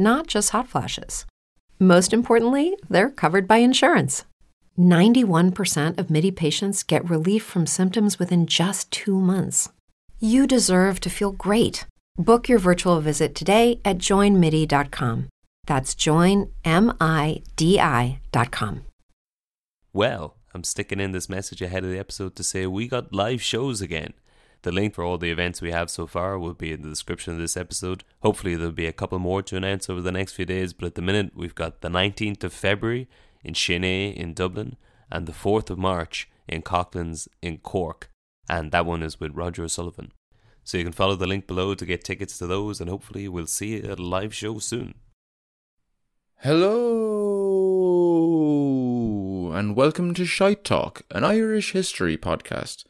not just hot flashes. Most importantly, they're covered by insurance. 91% of MIDI patients get relief from symptoms within just two months. You deserve to feel great. Book your virtual visit today at joinmidi.com. That's joinmidi.com. Well, I'm sticking in this message ahead of the episode to say we got live shows again. The link for all the events we have so far will be in the description of this episode. Hopefully, there'll be a couple more to announce over the next few days, but at the minute, we've got the 19th of February in Chennai in Dublin and the 4th of March in Coughlin's in Cork, and that one is with Roger O'Sullivan. So you can follow the link below to get tickets to those, and hopefully, we'll see you at a live show soon. Hello, and welcome to Shite Talk, an Irish history podcast.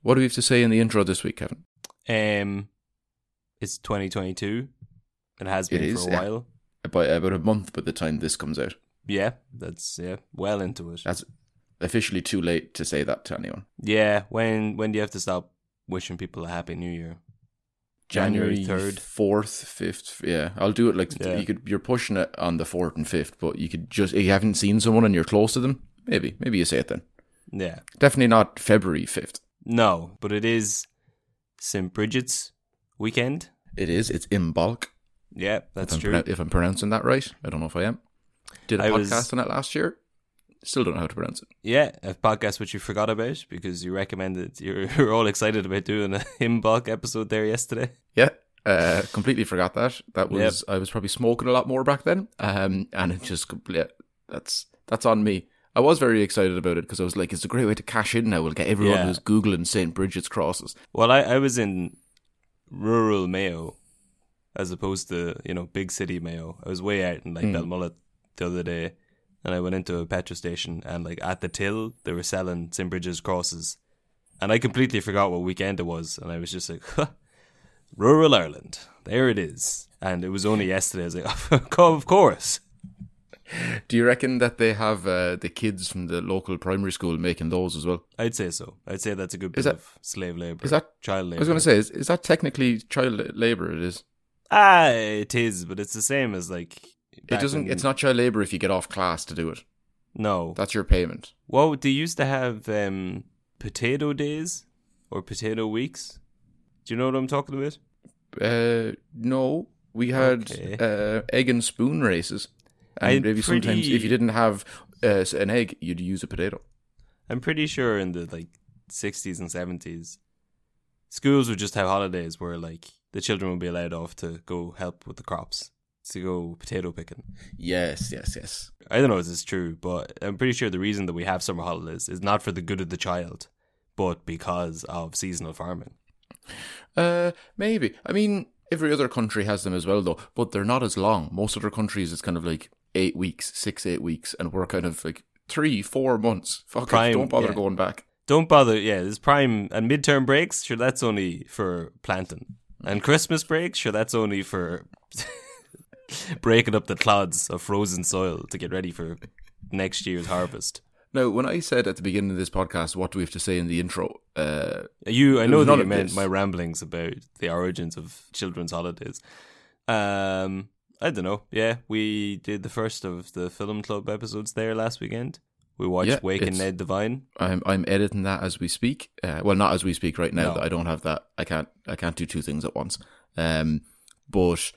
What do we have to say in the intro this week, Kevin? Um, It's 2022. It has been It for is, a yeah. while. About about a month by the time this comes out. Yeah, that's yeah, well into it. That's officially too late to say that to anyone. yeah, when when do you have to stop wishing people a happy new year? January 3rd. fourth, fifth. Yeah, I'll do it like Yeah. you could. You're pushing it on the fourth and fifth, but you could just if you haven't seen someone and you're close to them. Maybe, maybe you say it then. Yeah. Definitely not February fifth. No, but it is St. Bridget's weekend. It is. It's in bulk. Yeah, that's if I'm true. pronou- if I'm pronouncing that right, I don't know if I am. Did a I podcast was- on it last year. Still don't know how to pronounce it. yeah, a podcast which you forgot about because you recommended you're, you're all excited about doing a in bulk episode there yesterday. Yeah. Uh, completely forgot that. That was I was probably smoking a lot more back then, um, and it just complete. That's that's on me. I was very excited about it because I was like, "It's a great way to cash in now. We'll get everyone Yeah. who's googling Saint Bridget's crosses." Well, I, I was in rural Mayo as opposed to, you know, big city Mayo. I was way out in like Hmm. Belmullet the other day and I went into a petrol station and like at the till they were selling St. Bridges crosses. And I completely forgot what weekend it was and I was just like, huh, rural Ireland. There it is. And it was only yesterday. I was like, of course. Do you reckon that they have uh, the kids from the local primary school making those as well? I'd say so. I'd say that's a good bit that- of slave labor. is that- child labor? I was going to say, is, is that technically child labor? It is. ah, it is, but it's the same as like. It doesn't. It's not child labor if you get off class to do it. No, That's your payment. Well, they used to have um, potato days or potato weeks. Do you know what I'm talking about? Uh, no, we had Okay. uh, egg and spoon races, and I'm maybe sometimes if pretty- you didn't have uh, s- an egg, you'd use a potato. I'm pretty sure in the like 60s and 70s, schools would just have holidays where like the children would be allowed off to go help with the crops, to go potato picking. Yes, yes, yes. I don't know if this is true, but I'm pretty sure the reason that we have summer holidays is not for the good of the child, but because of seasonal farming. Uh, maybe. I mean, every other country has them as well, though, but they're not as long. Most other countries, it's kind of like eight weeks, six, eight weeks, and we're kind of like three, four months. Fuck Prime, it, don't bother yeah. going back. Don't bother. Yeah, there's prime and midterm breaks. Sure, that's only for planting. And Christmas breaks. Sure, that's only for breaking up the clods of frozen soil to get ready for next year's harvest. Now, when I said at the beginning of this podcast, what do we have to say in the intro? Uh, You, I It know was that none you of meant this. my ramblings about the origins of children's holidays. Um, I don't know. Yeah, we did the first of the film club episodes there last weekend. We watched Yeah, Wake and it's- Ned Divine. I'm I'm editing that as we speak. Uh, well, not as we speak right now. No. I don't have that. I can't. I can't do two things at once. Um, but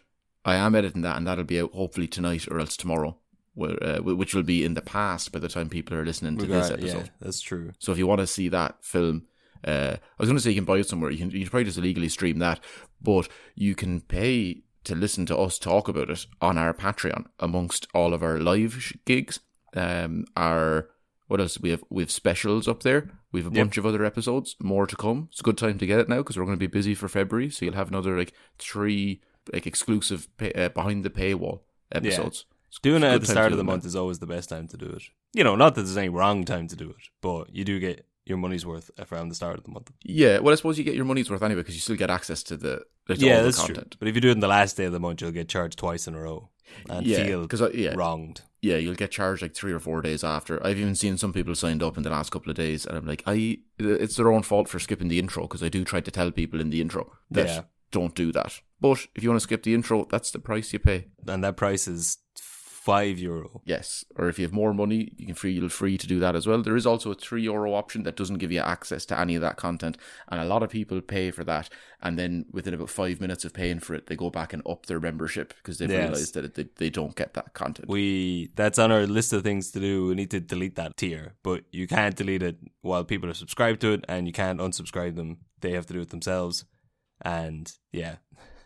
I am editing that, and that'll be out hopefully tonight or else tomorrow, where, uh, wh- which will be in the past by the time people are listening to this Regard- episode. Yeah, that's true. So if you want to see that film, uh, I was going to say you can buy it somewhere. You can you can probably just illegally stream that, but you can pay to listen to us talk about it on our Patreon amongst all of our live sh- gigs. Um, our what else we have? We have specials up there. We have a Yep. bunch of other episodes, more to come. It's a good time to get it now because we're going to be busy for February. So you'll have another like three like exclusive pay, uh, behind the paywall episodes. It's- Doing it it's a at the good time to start do of the it now. month is always the best time to do it. You know, not that there's any wrong time to do it, but you do get your money's worth around the start of the month. Yeah, well, I suppose you get your money's worth anyway because you still get access to the like, to all yeah, the that's content. true. But if you do it on the last day of the month, you'll get charged twice in a row and yeah, feel 'cause I, yeah, wronged. yeah, you'll get charged like three or four days after. I've even seen some people signed up in the last couple of days, and I'm like, I it's their own fault for skipping the intro because I do try to tell people in the intro that Yeah. don't do that. But if you want to skip the intro, that's the price you pay. And that price is five euro. Yes, or if you have more money, you can free you'll free to do that as well. There is also a three euro option that doesn't give you access to any of that content, and a lot of people pay for that, and then within about five minutes of paying for it, they go back and up their membership because they've Yes. realized that it, they, they don't get that content. We that's on our list of things to do. We need to delete that tier, but you can't delete it while people are subscribed to it, and you can't unsubscribe them. They have to do it themselves, and yeah.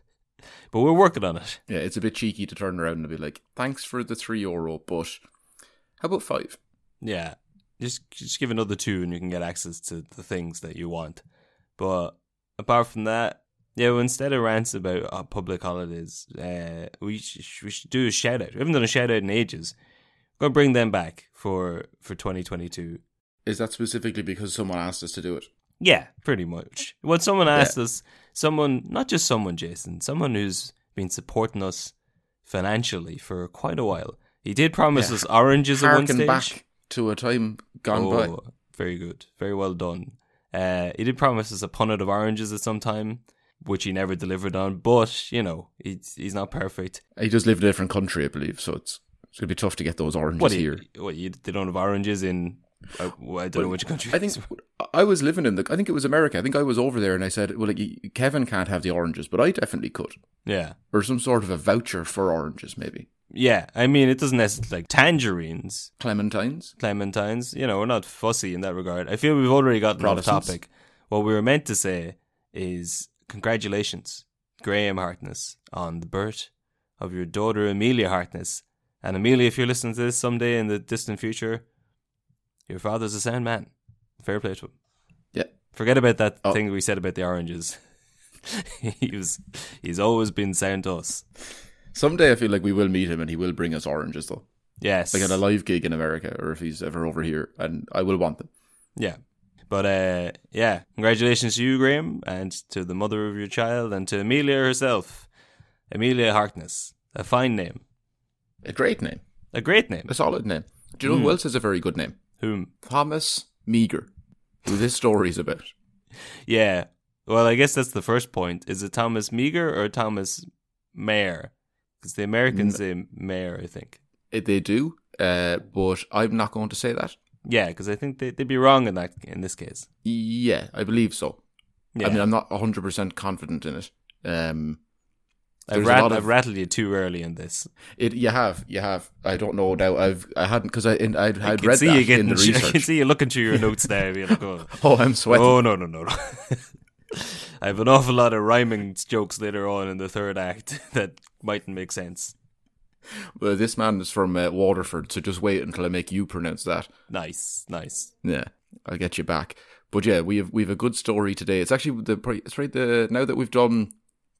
But we're working on it. Yeah, it's a bit cheeky to turn around and be like, "Thanks for the three euro, but how about five? Yeah, just just give another two, and you can get access to the things that you want. But apart from that, yeah. Well, instead of rants about uh, public holidays, uh, we sh- we should do a shout out. We haven't done a shout out in ages. We're gonna bring them back for for twenty twenty two. Is that specifically because someone asked us to do it? Yeah, pretty much. What someone asked us, someone, not just someone, Jason, someone who's been supporting us financially for quite a while. He did promise Yeah. us oranges at one Harken stage. back to a time gone by. oh, very good, very well done. Uh, he did promise us a punnet of oranges at some time, which he never delivered on. But you know, he's he's not perfect. He does live in a different country, I believe, so it's it's gonna be tough to get those oranges What, do here. you, what you, they don't have oranges in? uh, I, I don't know which country. I think I was living in the. I think it was America. I think I was over there, and I said, "Well, like, you- Kevin can't have the oranges, but I definitely could, yeah. or some sort of a voucher for oranges, maybe Yeah, I mean, it doesn't necessarily like tangerines. clementines." clementines. You know, we're not fussy in that regard. I feel we've already gotten off Protestants. topic. What we were meant to say is congratulations, Graham Hartness, on the birth of your daughter Amelia Hartness. And Amelia, if you're listening to this someday in the distant future, your father's a sound man. Fair play to him. Yeah, Forget about that Oh. thing we said about the oranges. he was, he's always been sound to us. someday I feel like we will meet him, and he will bring us oranges, though. Yes. like at a live gig in America or if he's ever over here, and I will want them. Yeah. But uh, yeah, congratulations to you, Graham, and to the mother of your child, and to Amelia herself, Amelia Harkness. A fine name, A great name, a great name. a solid name. Do you know who else has a very good name? Whom? Thomas Meager, who this story is about. Yeah. Well, I guess that's the first point. Is it Thomas Meager or Thomas Mayer? Because the Mm. Americans say Mayer, I think. Eh, They do, uh, but I'm not going to say that. Yeah, because I think they, they'd be wrong in that in this case. Yeah, I believe so. Yeah. I mean, I'm not 100% confident in it. Um, I've, there's a rat- lot of- I've rattled you too early in this. it you have, you have. I don't know now. I've I hadn't because I in, I'd, I I'd can read see that you getting. in the I can research. see you looking through your notes there. Being like, oh. Oh, I'm sweating. Oh no no no no! I have an awful lot of rhyming jokes later on in the third act that mightn't make sense. Well, this man is from uh, Waterford, so just wait until I make you pronounce that. Nice, nice. Yeah, I'll get you back. But yeah, we have we've a good story today. It's actually the pri- it's right the now that we've done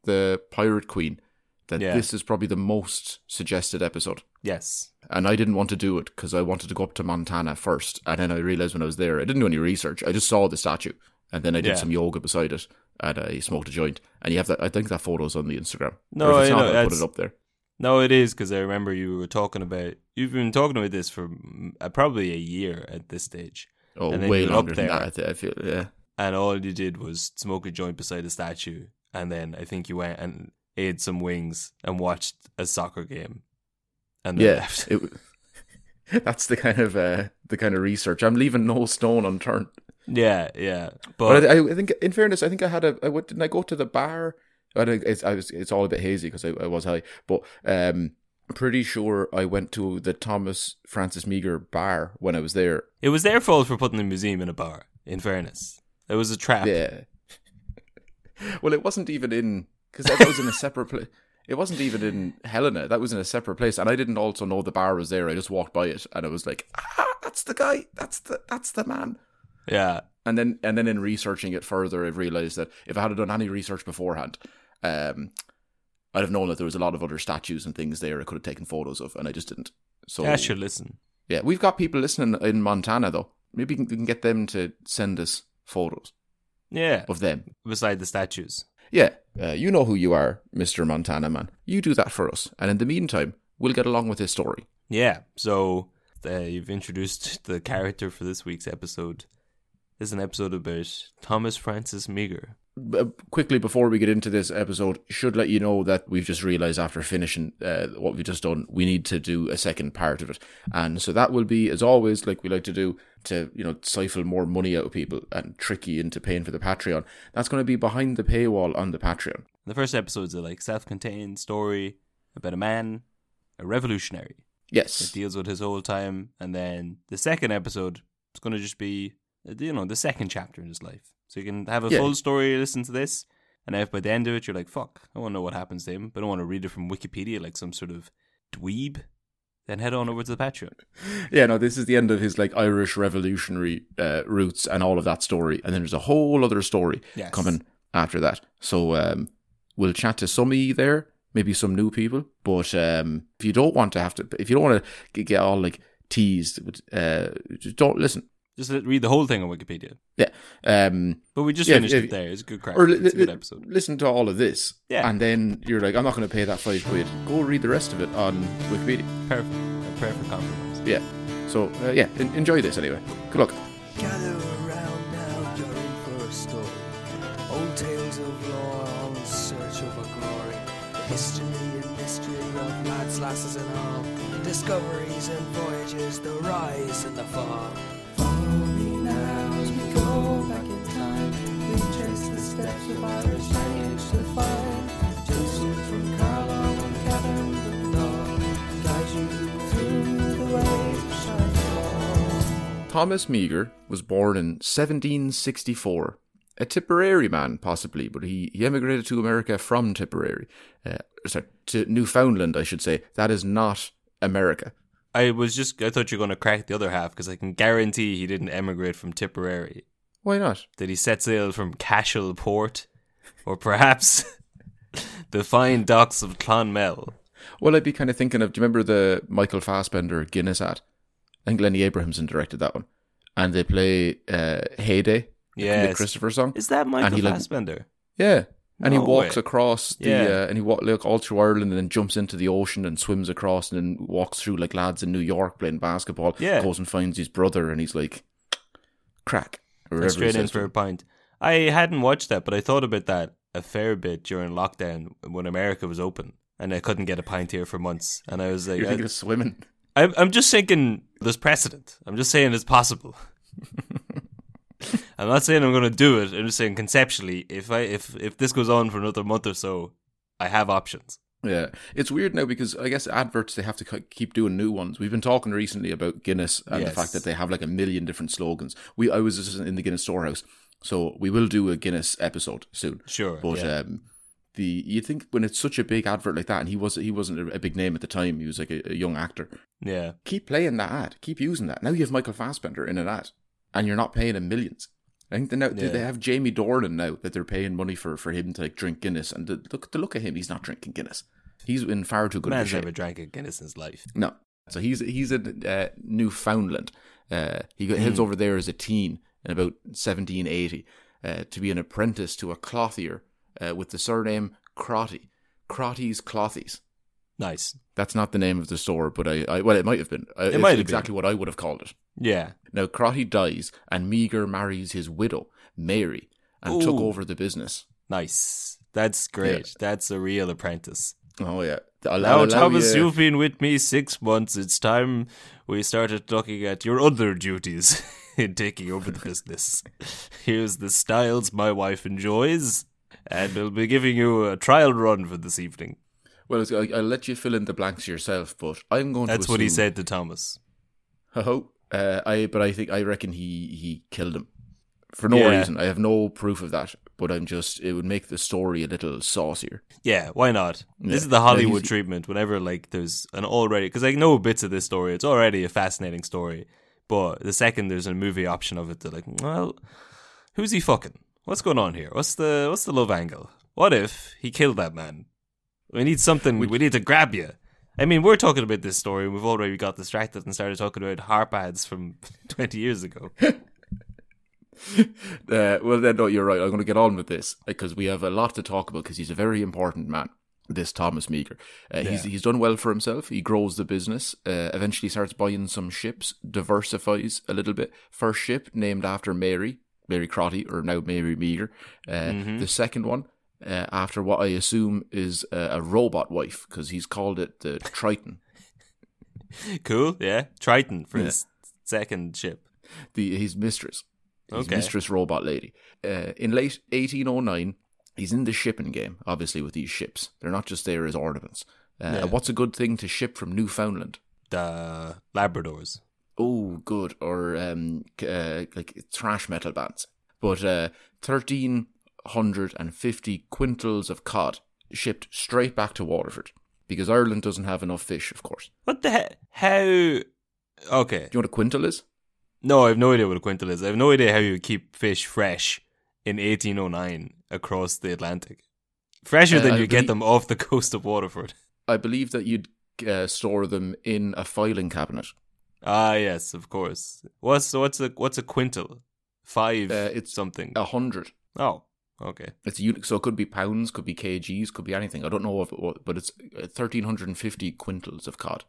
the Pirate Queen, that Yeah. this is probably the most suggested episode. Yes, And I didn't want to do it because I wanted to go up to Montana first, and then I realized when I was there, I didn't do any research. I just saw the statue, and then I did Yeah. some yoga beside it, and I smoked a joint. And you have that. I think that photo's on the Instagram. No, Or if it's I not, know, I'll put that's- it up there. no, it is because I remember you were talking about. You've been talking about this for mm, uh, probably a year at this stage, Oh, and then way you're up longer than there. that. I th- I feel yeah. and all you did was smoke a joint beside a statue, and then I think you went and ate some wings, and watched a soccer game, and then Yeah, left. it, w- that's the kind of uh, the kind of research. I'm leaving no stone unturned. yeah, yeah. But, But I, I think, in fairness, I think I had a. I went, didn't I go to the bar? I, don't- it's, I was. It's all a bit hazy because I, I was high. But um, I'm pretty sure I went to the Thomas Francis Meager bar when I was there. it was their fault for putting the museum in a bar. In fairness, it was a trap. Yeah. well, it wasn't even in because that, that was in a separate place. It wasn't even in Helena. That was in a separate place, and I didn't also know the bar was there. I just walked by it, and I was like, "Ah, that's the guy. That's the that's the man." yeah. and then and then in researching it further, I've realized that if I had done any research beforehand, um, I'd have known that there was a lot of other statues and things there I could have taken photos of, and I just didn't. So I should listen. yeah, we've got people listening in Montana though. Maybe we can, we can get them to send us photos Yeah, of them. beside the statues. Yeah, uh, you know who you are, Mister Montana man. You do that for us, and in the meantime, we'll get along with his story. Yeah, so uh, you've introduced the character for this week's episode. This is an episode about Thomas Francis Meager. uh, quickly before we get into this episode, should let you know that we've just realized after finishing uh, what we've just done, we need to do a second part of it, and so that will be, as always, like we like to do to you know siphon more money out of people and trick you into paying for the Patreon. That's going to be behind the paywall on the Patreon. The first episode's a like self-contained story about a man, a revolutionary, that Yes, deals with his whole time, and then the second episode is going to just be uh, you know the second chapter in his life. So you can have a Yeah. full story, listen to this, and if by the end of it you're like, "Fuck, I want to know what happens to him," but I don't want to read it from Wikipedia like some sort of dweeb, then head on over to the Patreon. yeah, no, this is the end of his like Irish revolutionary uh, roots and all of that story, and then there's a whole other story Yes. coming after that. So um, we'll chat to some of you there, maybe some new people. But um, if you don't want to have to, if you don't want to get all like teased, with, uh, just don't listen. Just let- read the whole thing on Wikipedia. Yeah. Um, But we just Yeah, finished yeah, it there. It's a good crack. or li- it's a good li- episode. listen to all of this, Yeah. and then you're like, I'm not going to pay that five quid. Go read the rest of it on Wikipedia. Perfect. A perfect compromise. Yeah. So uh, yeah, en- enjoy this anyway. Good luck. Gather around now, you're in for a story. Old tales of lore, all in search of a glory. The history and mystery of lads, lasses, and all. Discoveries and voyages, the rise and the fall. Follow me now as we go back in time. We trace the steps of Irish lineage to find. Joseph from Carlow and Catherine from Dawn. Guide you through the ways of Shire. Thomas Meager was born in 1764. A Tipperary man, possibly, but he, he emigrated to America from Tipperary. Uh, sorry, to Newfoundland, I should say. That is not America. I was just, I thought you were going to crack the other half because I can guarantee he didn't emigrate from Tipperary. Why not? Did he set sail from Cashel Port? Or perhaps the fine docks of Clonmel? Well, I'd be kind of thinking of, do you remember the Michael Fassbender Guinness ad? I think Lenny Abrahamson directed that one. And they play uh, Heyday, the Nick Yes. Christopher song. Is that Michael he looked- Fassbender? Yeah. And No he walks way. across the Yeah. uh, and he walk like all through Ireland and then jumps into the ocean and swims across and then walks through like lads in New York playing basketball. Yeah. goes and finds his brother and he's like, crack. or whatever he Straight in says to for a him. pint. I hadn't watched that, but I thought about that a fair bit during lockdown when America was open and I couldn't get a pint here for months. And I was like, You're I, thinking of swimming. I'm, I'm just thinking there's precedent. I'm just saying it's possible. I'm not saying I'm going to do it. I'm just saying conceptually, if I if if this goes on for another month or so, I have options. Yeah, it's weird now because I guess adverts they have to k- keep doing new ones. We've been talking recently about Guinness and Yes. the fact that they have like a million different slogans. We I was just in the Guinness storehouse, so we will do a Guinness episode soon. Sure, but yeah. um, the you think when it's such a big advert like that, and he was he wasn't a- a big name at the time. He was like a, a young actor. Yeah, Keep playing that ad. Keep using that. Now you have Michael Fassbender in an ad, and you're not paying him millions. I think they now Yeah. they have Jamie Dornan now that they're paying money for, for him to like drink Guinness and the look the look at him he's not drinking Guinness he's in far too good of a man's shape. never drank a Guinness in his life. No. So he's he's in uh, Newfoundland. Uh, he got heads over there as a teen in about 1780 uh, to be an apprentice to a clothier uh, with the surname Crotty. Crotty's Clothies. Nice. That's not the name of the store, but I, I well, it might have been. Uh, it's might have been. exactly what I would have called it. Yeah, Now, Crotty dies, and Meager marries his widow, Mary, and Ooh. took over the business. nice. That's great. That's a real apprentice. Oh yeah. I'll, Now, I'll allow Thomas, you- you've been with me six months. It's time we started looking at your other duties in taking over the business. Here's the styles my wife enjoys, and we'll be giving you a trial run for this evening. Well, it's- I'll, I'll let you fill in the blanks yourself, but I'm going. That's to what he assume- said to Thomas. Ho-ho. Uh, I but I think I reckon he he killed him for no Yeah. reason. I have no proof of that, but I'm just it would make the story a little saucier. Yeah, why not? Yeah. This is the Hollywood Like, he's- treatment. Whenever like there's an already because I know bits of this story, it's already a fascinating story. But the second there's a movie option of it, they're like, well, who's he fucking? What's going on here? What's the what's the love angle? What if he killed that man? We need something. We, need to grab you. I mean, we're talking about this story. We've already got distracted and started talking about harp ads from 20 years ago. Uh, well, then no, you're right. I'm going to get on with this because we have a lot to talk about because he's a very important man. This Thomas Meager, uh, he's he's done well for himself. He grows the business. Uh, eventually, starts buying some ships, diversifies a little bit. First ship named after Mary, Mary Crotty, or now Mary Meager. Uh, The second one uh, after what I assume is uh, a robot wife because he's called it the Triton. cool, yeah. Triton for Yeah. his second ship. the his mistress, his Okay. mistress robot lady. Uh, in late 1809, he's in the shipping game. Obviously, with these ships, they're not just there as ornaments. Uh, Yeah. What's a good thing to ship from Newfoundland? The Labradors. Oh, good, or um, c- uh, like trash metal bands. But uh, thirteen hundred and fifty quintals of cod shipped straight back to Waterford because Ireland doesn't have enough fish, of course. What the heck? How? Okay. Do you know what a quintal is? No, I have no idea what a quintal is. I have no idea how you keep fish fresh in 1809 across the Atlantic. Fresher Uh, than I you get belie- them off the coast of Waterford. I believe that you'd uh, store them in a filing cabinet. Ah, yes, of course. What's what's a what's a quintal? Five. Uh, it's it's- something. A hundred. Oh, okay. It's a unit, so it could be pounds, could be kgs, could be anything. I don't know of what, but it's uh, thirteen hundred and fifty quintals of cod,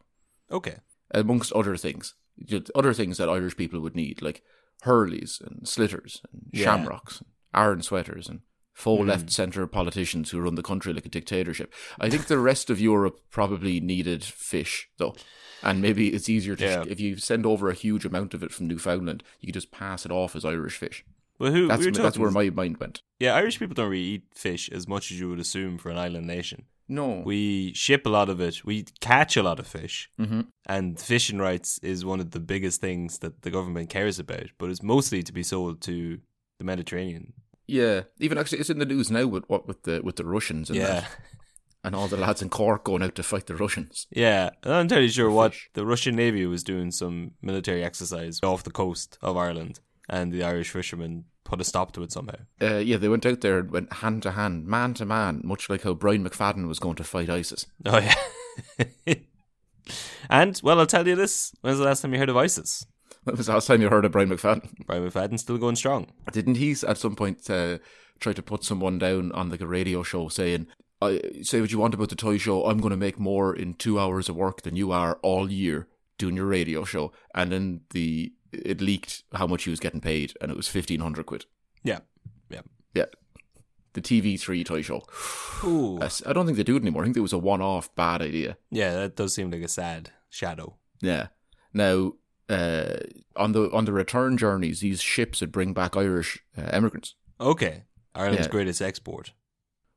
Okay. amongst other things, Just other things that Irish people would need, like hurleys and slitters and Yeah. Mm. shamrocks, and iron sweaters, and faux left centre politicians who run the country like a dictatorship. I think the rest of Europe probably needed fish though, and maybe it's easier to Yeah. if you send over a huge amount of it from Newfoundland, you could just pass it off as Irish fish. Well, who? That's we were that's talking- where my mind went. Yeah, Irish people don't really eat fish as much as you would assume for an island nation. No, We ship a lot of it. We catch a lot of fish. Mhm. And fishing rights is one of the biggest things that the government cares about, but it's mostly to be sold to the Mediterranean. Yeah, even actually, it's in the news now with what with the with the Russians and yeah. that, and all the lads in Cork going out to fight the Russians. Yeah. I'm not entirely sure what fish. the Russian Navy was doing some military exercise off the coast of Ireland, and the Irish fishermen put a stop to it somehow. Uh, yeah, they went out there and went hand to hand, man to man, much like how Brian McFadden was going to fight ISIS. Oh, yeah. and, well, I'll tell you this when's the last time you heard of ISIS? That was the last time you heard of Brian McFadden. Brian McFadden's still going strong. Didn't he s- at some point uh, try to put someone down on like a radio show saying, "I say what you want about the toy show. I'm going to make more in two hours of work than you are all year doing your radio show." And then the it leaked how much he was getting paid, and it was fifteen hundred quid. Yeah. Yeah. Yeah. The TV3 toy show. Ooh. I s- I don't think they do it anymore. I think it was a one off bad idea. Yeah, that does seem like a sad shadow. Yeah. Now, uh, on the on the return journeys, these ships would bring back Irish uh, immigrants, Okay. Ireland's Yeah. greatest export.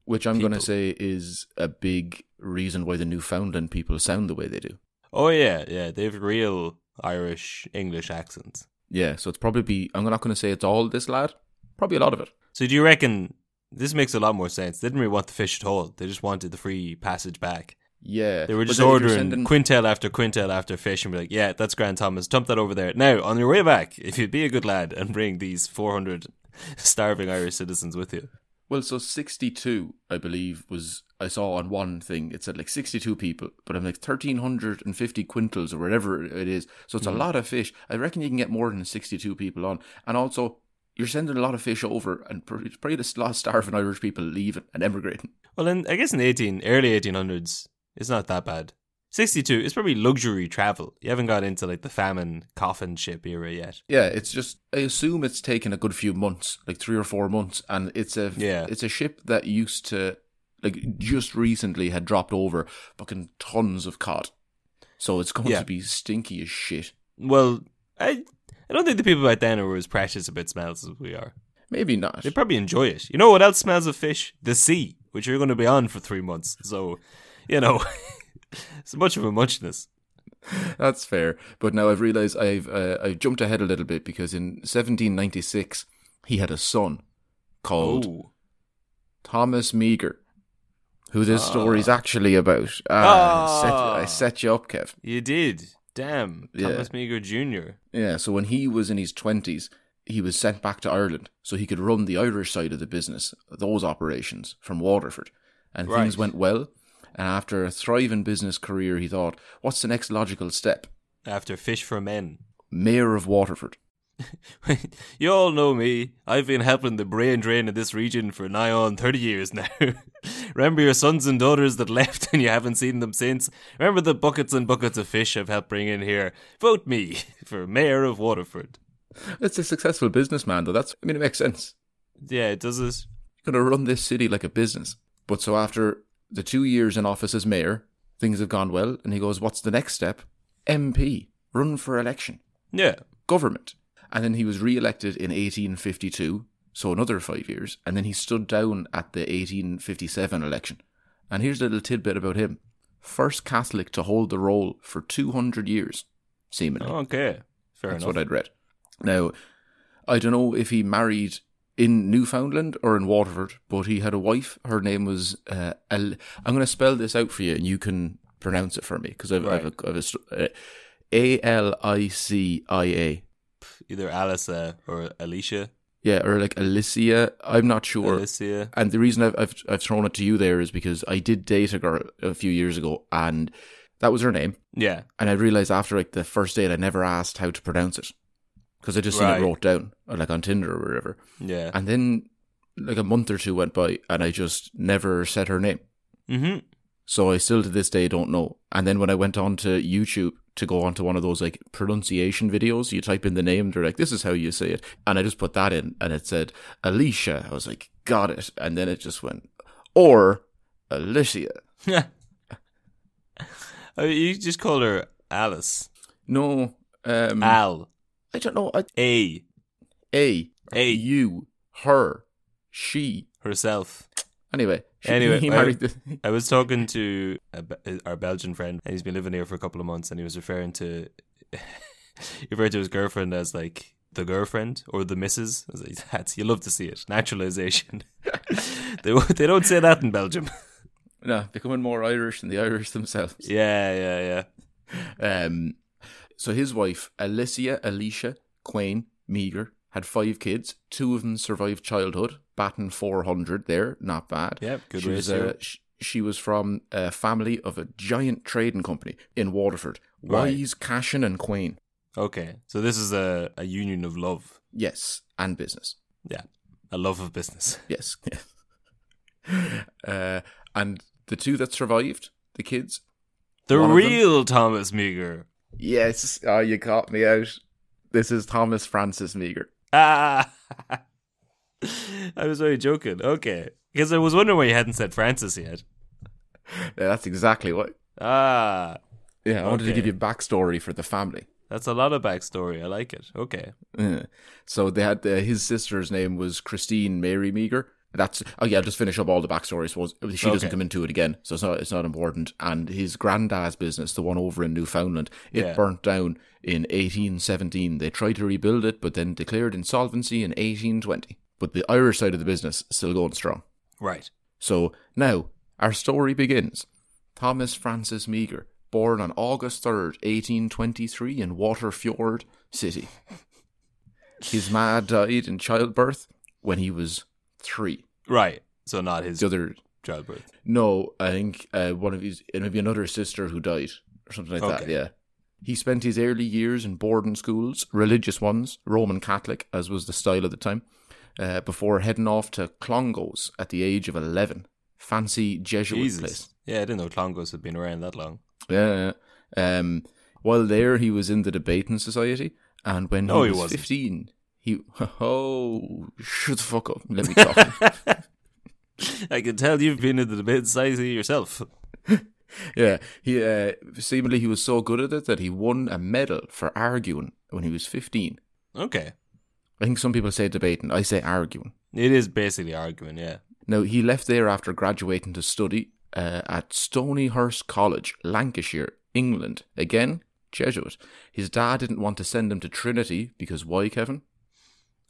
which I'm going to People. say is a big reason why the Newfoundland people sound the way they do. Oh yeah, yeah, they have real Irish English accents. Yeah, so it's probably be, I'm not going to say it's all this lad, probably a lot of it. So do you reckon this makes a lot more sense? They didn't really want the fish at all. They just wanted the free passage back. Yeah, They were But just then if you're ordering sending- quintal after quintal after fish and be like, Yeah, that's Grand Thomas, dump that over there. Now, on your way back, if you'd be a good lad and bring these four hundred starving Irish citizens with you. Well, so 62, I believe, was I saw on one thing. It said like 62 people, but I'm like 1,350 quintals or whatever it is. So it's a lot of fish. I reckon you can get more than 62 people on. And also, you're sending a lot of fish over, and pr- it's probably a lot of starving Irish people leaving and emigrating. Well in I guess in eighteen early eighteen hundreds, it's not that bad. 62 is probably luxury travel. You haven't got into like the famine coffin ship era yet. Yeah, it's just I assume it's taken a good few months, like three or four months, and it's a Yeah. it's a ship that used to like just recently had dropped over fucking tons of cod, so it's going Yeah. to be stinky as shit. Well, I I don't think the people back then were as precious about smells as we are. Maybe not. They probably enjoy it. You know what else smells of fish? The sea, which you're going to be on for three months. So, you know, it's much of a muchness. That's fair. But now I've realised I've uh, I've jumped ahead a little bit because in 1796 he had a son called Oh. Thomas Meager, who this story's actually about. Ah. Ah, set- I set you up, Kev. You did. Damn. Yeah. Thomas Meager Jr. Yeah, so when he was in his 20s, he was sent back to Ireland so he could run the Irish side of the business, those operations from Waterford. And Right. things went well. And after a thriving business career, he thought, what's the next logical step? After Fish for Men. Mayor of Waterford. you all know me. I've been helping the brain drain of this region for nigh on 30 years now. Remember your sons and daughters that left and you haven't seen them since? Remember the buckets and buckets of fish I've helped bring in here? Vote me for Mayor of Waterford. It's a successful businessman, though. That's, I mean, it makes sense. Yeah, it does it. You're going to run this city like a business. But so after the two years in office as mayor, things have gone well. And he goes, what's the next step? MP. Run for election. Yeah. government. And then he was re elected in 1852, so another five years. And then he stood down at the 1857 election. And here's a little tidbit about him first Catholic to hold the role for 200 years, seemingly. Okay. Oh, Fair That's enough. what I'd read. Now, I don't know if he married in Newfoundland or in Waterford, but he had a wife. Her name was. Uh, El- I'm going to spell this out for you, and you can pronounce it for me because I've, I've a, I've a st- uh, A L I C I A. Either Alyssa or Alicia. Yeah, or like Alicia. I'm not sure. Alicia. And the reason I've, I've I've thrown it to you there is because I did date a girl a few years ago, and that was her name. Yeah. And I realized after like the first date, I never asked how to pronounce it because I just seen Right. it wrote down, or like on Tinder or wherever. Yeah. And then like a month or two went by, and I just never said her name. mm-hmm. So I still to this day don't know. And then when I went on to YouTube to go onto one of those like pronunciation videos, you type in the name, they're like, this is how you say it. And I just put that in and it said Alicia. I was like, got it. And then it just went, or Alicia. Oh, you just called her Alice. No, um, Al. I don't know. I, A. a, A. you, her, she. Herself. Anyway, she, Anyway, he I- married the, I was talking to a, Be- our Belgian friend, and he's been living here for a couple of months, and he was referring to he referred to his girlfriend as like the girlfriend or the missus. I was like, That's you love to see it. Naturalization. they won't- they don't say that in Belgium. no, becoming more Irish than the Irish themselves. yeah, yeah, yeah. Um, so his wife, Alicia Alicia Quain Meager, had five kids. Two of them survived childhood, batting 400 there. Not bad. Yep, good she was, ratio. uh, sh- she was from a family of a giant trading company in Waterford. Right. Wise, Cashin and Quain. Okay, so this is a a union of love. Yes, and business. Yeah, a love of business. Yes. uh, and the two that survived, the kids. The One of them- real Thomas Meager. Yes. Oh, you caught me out. This is Thomas Francis Meager. Ah, I was only joking. Okay, because I was wondering why you hadn't said Francis yet. Yeah, that's exactly what Ah, Yeah, I wanted to Okay. give you backstory for the family. That's a lot of backstory. I like it. Okay. Uh, So they had the, his sister's name was Christine Mary Meager. That's oh yeah, I'll just finish up all the backstory. I suppose she doesn't Okay. come into it again, so it's not it's not important. And his granddad's business, the one over in Newfoundland, it Yeah. burnt down in 1817. They tried to rebuild it, but then declared insolvency in 1820. But the Irish side of the business is still going strong. Right. So now our story begins. Thomas Francis Meager, born on August 3rd, 1823 in Waterfjord City. His ma died in childbirth when he was three. Right. So not his The other, childbirth. no, I think uh, one of his, and maybe another sister who died or something like that, Okay. yeah. He spent his early years in boarding schools, religious ones, Roman Catholic, as was the style of the time, uh, before heading off to Clongos at the age of 11. Fancy Jesuit Jesus. place. Yeah, I didn't know Clongos had been around that long. Yeah. yeah. Um, while there, he was in the debating society, and when No, he he was wasn't. fifteen, he oh shut the fuck up, let me talk. I can tell you've been in the debate society yourself. yeah, he uh, seemingly he was so good at it that he won a medal for arguing when he was fifteen. Okay. I think some people say debating, I say arguing. It is basically arguing, yeah. Now, he left there after graduating to study uh, at Stonyhurst College, Lancashire, England. Again, Jesuit. His dad didn't want to send him to Trinity because why, Kevin?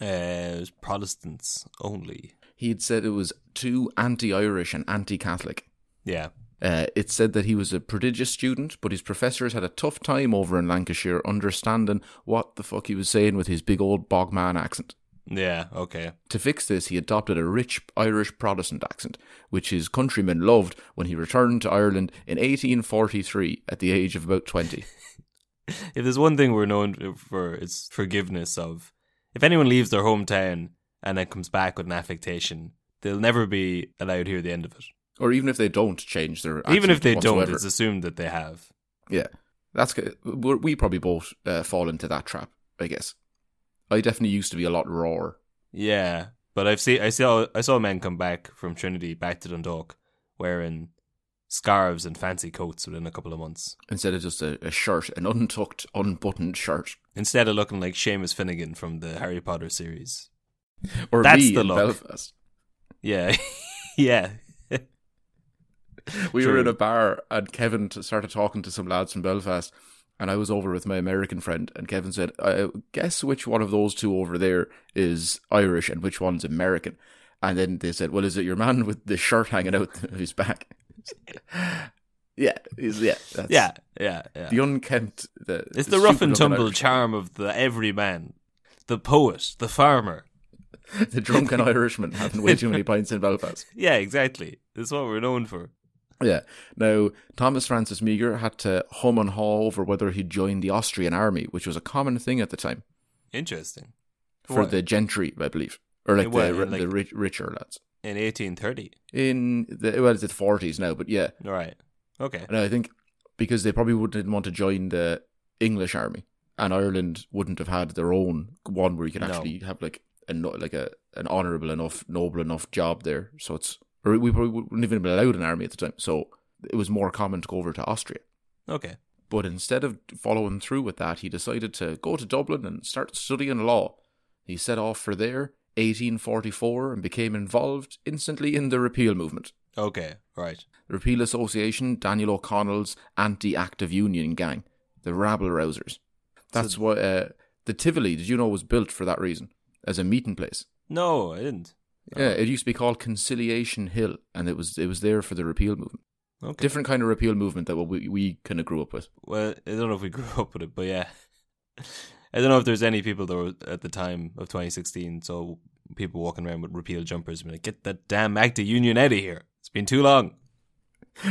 Uh, it was Protestants only. He had said it was too anti Irish and anti Catholic. Yeah. Uh, it said that he was a prodigious student, but his professors had a tough time over in Lancashire understanding what the fuck he was saying with his big old bogman accent. Yeah, okay. To fix this, he adopted a rich Irish Protestant accent, which his countrymen loved when he returned to Ireland in 1843 at the age of about 20. If there's one thing we're known for, it's forgiveness of. If anyone leaves their hometown and then comes back with an affectation, they'll never be allowed to hear the end of it. or even if they don't change their accent Even if they whatsoever. don't, it's assumed that they have. yeah, that's good. We're, we probably both uh, fall into that trap, I guess. I definitely used to be a lot rawer. Yeah, but I've seen I saw I saw men come back from Trinity back to Dundalk wearing scarves and fancy coats within a couple of months Instead of just a, a shirt, an untucked, unbuttoned shirt, instead of looking like Seamus Finnegan from the Harry Potter series. or That's me the in look. Belfast. Yeah, yeah. we were True. in a bar and Kevin t- started talking to some lads from Belfast, and I was over with my American friend, and Kevin said, I "Guess which one of those two over there is Irish and which one's American." And then they said, "Well, is it your man with the shirt hanging out of his back?" yeah, is yeah, that's Yeah, yeah, yeah. The unkempt, the It's the rough and stupid-looking tumble Irish- charm of the everyman, the poet, the farmer. the drunken Irishman having way too many pints in Belfast. Yeah, exactly. That's what we're known for. Yeah. Now, Thomas Francis Meagher had to hum and haw over whether he'd join the Austrian army, which was a common thing at the time Interesting. for Why? the gentry, I believe, or like It was, the, and, like- the rich, richer lads. In 1830. In the well, it's the forties now, but yeah, All right. Okay. and I think because they probably wouldn't want to join the English army, and Ireland wouldn't have had their own one where you can No. actually have like a no- like a an honourable enough, noble enough job there. So it's or we probably wouldn't even be allowed an army at the time. So it was more common to go over to Austria. Okay. But instead of following through with that, he decided to go to Dublin and start studying law. He set off for there, 1844, and became involved instantly in the repeal movement. Okay. Right. The Repeal Association, Daniel O'Connell's anti active union gang, the rabble rousers. That's what uh, the Tivoli, did you know, was built for that reason, as a meeting place. No, I didn't. Yeah, it used to be called Conciliation Hill, and it was it was there for the repeal movement. Okay. Different kind of repeal movement that we we kind of grew up with. Well, I don't know if we grew up with it, but yeah. I don't know if there's any people that were at the time of 2016, so people walking around with repeal jumpers and be like, get that damn act of union out of here. It's been too long.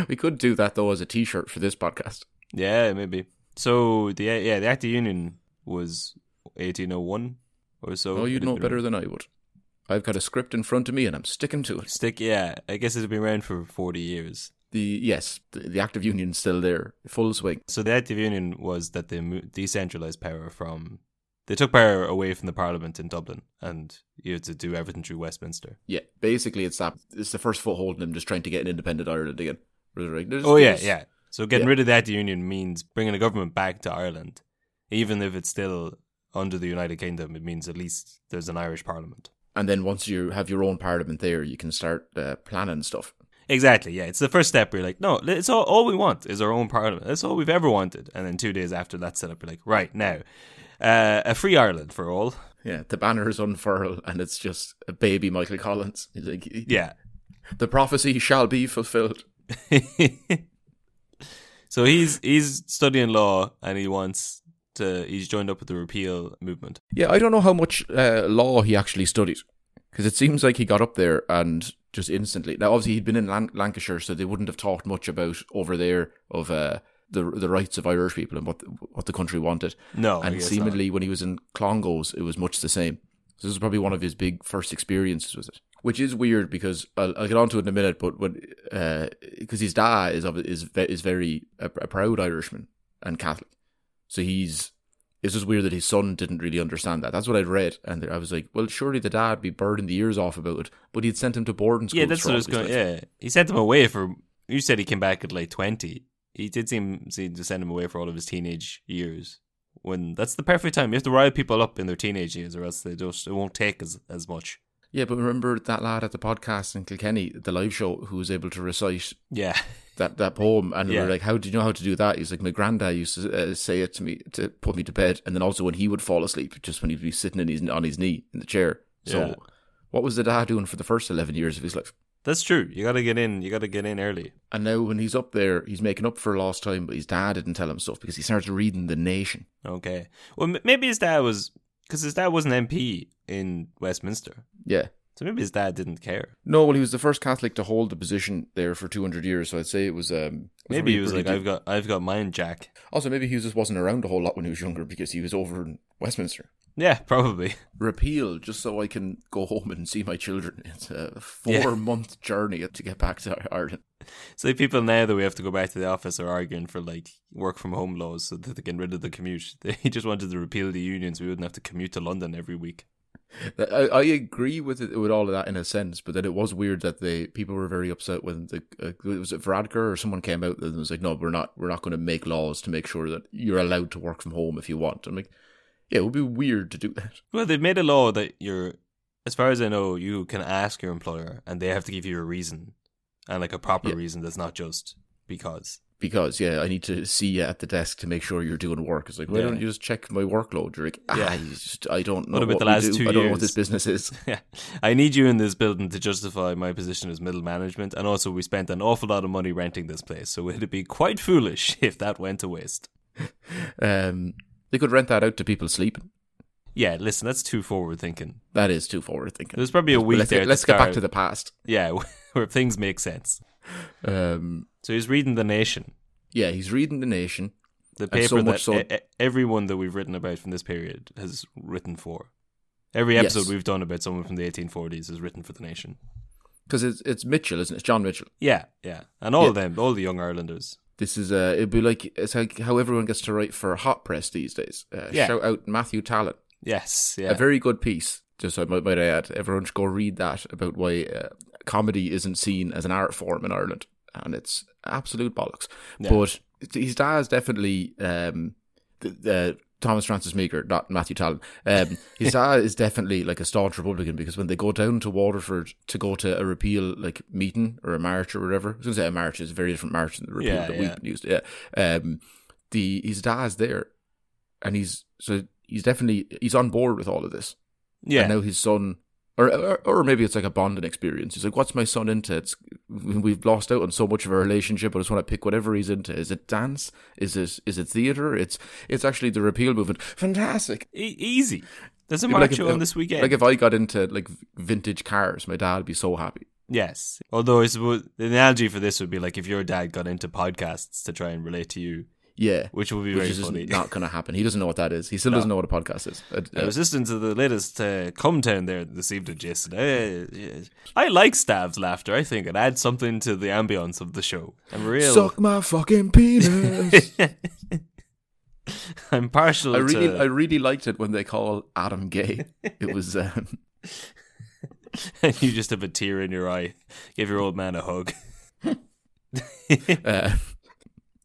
We could do that though as a T-shirt for this podcast. Yeah, maybe. So the yeah, the Act of Union was 1801 or so. Oh, you'd know better than I would. I've got a script in front of me and I'm sticking to it. Stick, yeah. I guess it's been around for 40 years. The yes, the, the active union's still there, full swing. So the Act of Union was that they mo- decentralized power from. They took power away from the Parliament in Dublin, and you had to do everything through Westminster. Yeah, basically it's that. It's the first foothold, and I'm just trying to get an independent Ireland again. Where they're like, there's- Oh yeah, there's- yeah. So getting yeah. rid of the Act of Union means bringing the government back to Ireland, even if it's still under the United Kingdom. It means at least there's an Irish Parliament. And then once you have your own parliament there, you can start uh, planning stuff. Exactly. Yeah, it's the first step. Where you're like, no, it's all, all we want is our own parliament. That's all we've ever wanted. And then two days after that setup, you're like, right now, uh, a free Ireland for all. Yeah, the banners unfurl, and it's just a baby Michael Collins. He's like, Yeah. the prophecy shall be fulfilled. so he's he's studying law and he wants to. He's joined up with the repeal movement. Yeah, I don't know how much uh, law he actually studied because it seems like he got up there and just instantly. Now, obviously, he'd been in Lan- Lancashire, so they wouldn't have talked much about over there of uh, the the rights of Irish people and what the, what the country wanted. No, I and guess seemingly when he was in Clongowes, it was much the same. So this is probably one of his big first experiences with it. which is weird because I'll, I'll get onto it in a minute. But when because his dad is of is ve- is very a, a proud Irishman and Catholic, so he's it's just weird that his son didn't really understand that. That's what I'd read, and I was like, well, surely the dad be burning the ears off about it, but he'd sent him to boarding school. yeah, that's what I was going. Yeah, he sent him away for. You said he came back at like twenty. He did seem, seem to send him away for all of his teenage years. When that's the perfect time. You have to rile people up in their teenage years, or else they just it won't take as as much. Yeah, but remember that lad at the podcast in Kilkenny, the live show, who was able to recite Yeah, that, that poem, and we Yeah. were like, "How do you know how to do that?" He's like, "My granddad used to uh, say it to me to put me to bed, and then also when he would fall asleep, just when he'd be sitting in his, on his knee in the chair." So, Yeah. what was the dad doing for the first eleven years of his life? that's true. You got to get in. You got to get in early. And now, when he's up there, he's making up for lost time, but his dad didn't tell him stuff because he starts reading The Nation. Okay. Well, m- maybe his dad was because his dad was an MP in Westminster, Yeah. so maybe his dad didn't care. No, well, he was the first Catholic to hold the position there for 200 years, so I'd say it was. Um, it Maybe he was really like, deep. "I've got, I've got mine, Jack." Also, maybe he just wasn't around a whole lot when he was younger because he was over in Westminster. Yeah, probably. Repeal just so I can go home and see my children. It's a four Yeah. month journey to get back to Ireland. So like, people now that we have to go back to the office are arguing for like work from home laws so that they can rid of the commute. They just wanted to repeal the unions. We wouldn't have to commute to London every week. I, I agree with it, with all of that in a sense, but then it was weird that the people were very upset when the uh, was it Varadkar or someone came out and was like, "No, we're not, we're not going to make laws to make sure that you're allowed to work from home if you want." I'm like, yeah, it would be weird to do that. Well, they've made a law that you're, as far as I know, you can ask your employer and they have to give you a reason and like a proper Yeah. reason that's not just because. because yeah, I need to see you at the desk to make sure you're doing work. It's like, why Yeah. don't you just check my workload? You're like, ah, Yeah. you just- I don't know What what, about the we last do. two I don't know what years? this business is. Yeah. I need you in this building to justify my position as middle management. And also, we spent an awful lot of money renting this place. So it'd be quite foolish if that went to waste. Um, they could rent that out to people sleeping. Yeah, listen, that's too forward thinking. That is too forward thinking. There's probably a But week let's there. get, at let's get back start. to the past. Yeah, where things make sense. Um, So he's reading The Nation, yeah, he's reading the Nation. the And paper so that much so- e- e- everyone that we've written about from this period has written for. Every episode Yes. we've done about someone from the 1840s is written for The Nation. Because it's it's Mitchell, isn't it? It's John Mitchell. Yeah, yeah. And all of Yeah. them, all the young Irelanders. This is uh, it'd be like it's like how everyone gets to write for Hot Press these days. Uh, Yeah. Shout out Matthew Talent, Yes, yeah. a very good piece. Just I might, might I add, everyone should go read that about why uh, comedy isn't seen as an art form in Ireland, and it's absolute bollocks. Yeah. But his dad's definitely um, the, the Thomas Francis Meager, not Matthew Talon. Um, his dad is definitely like a staunch Republican because when they go down to Waterford to go to a repeal like meeting or a march or whatever, I was going to say a march is a very different march than the repeal Yeah, that yeah. we've been used. To, yeah, um, the his dad's there, and he's so he's definitely he's on board with all of this. yeah. And now his son, or, or or maybe it's like a bonding experience. He's like, "What's my son into? It's we've lost out on so much of our relationship. I just want to pick whatever he's into. Is it dance? Is it is it theater? It's it's actually the repeal movement. Fantastic. E- easy. There's a It'd be march like if- uh, on this weekend. Like if I got into like vintage cars, my dad'd be so happy. Yes. Although I suppose the analogy for this would be like if your dad got into podcasts to try and relate to you, Yeah, which would be which very is just funny. not going to happen. He doesn't know what that is. He still doesn't know what a podcast is. Uh, I was listening to the latest uh, Cumtown there this evening, Jason. Uh, yeah. I like Stav's laughter. I think it adds something to the ambience of the show. I'm real. Suck my fucking penis. I'm partial I really, to. I really liked it when they call Adam gay. It was um, you just have a tear in your eye. Give your old man a hug. uh,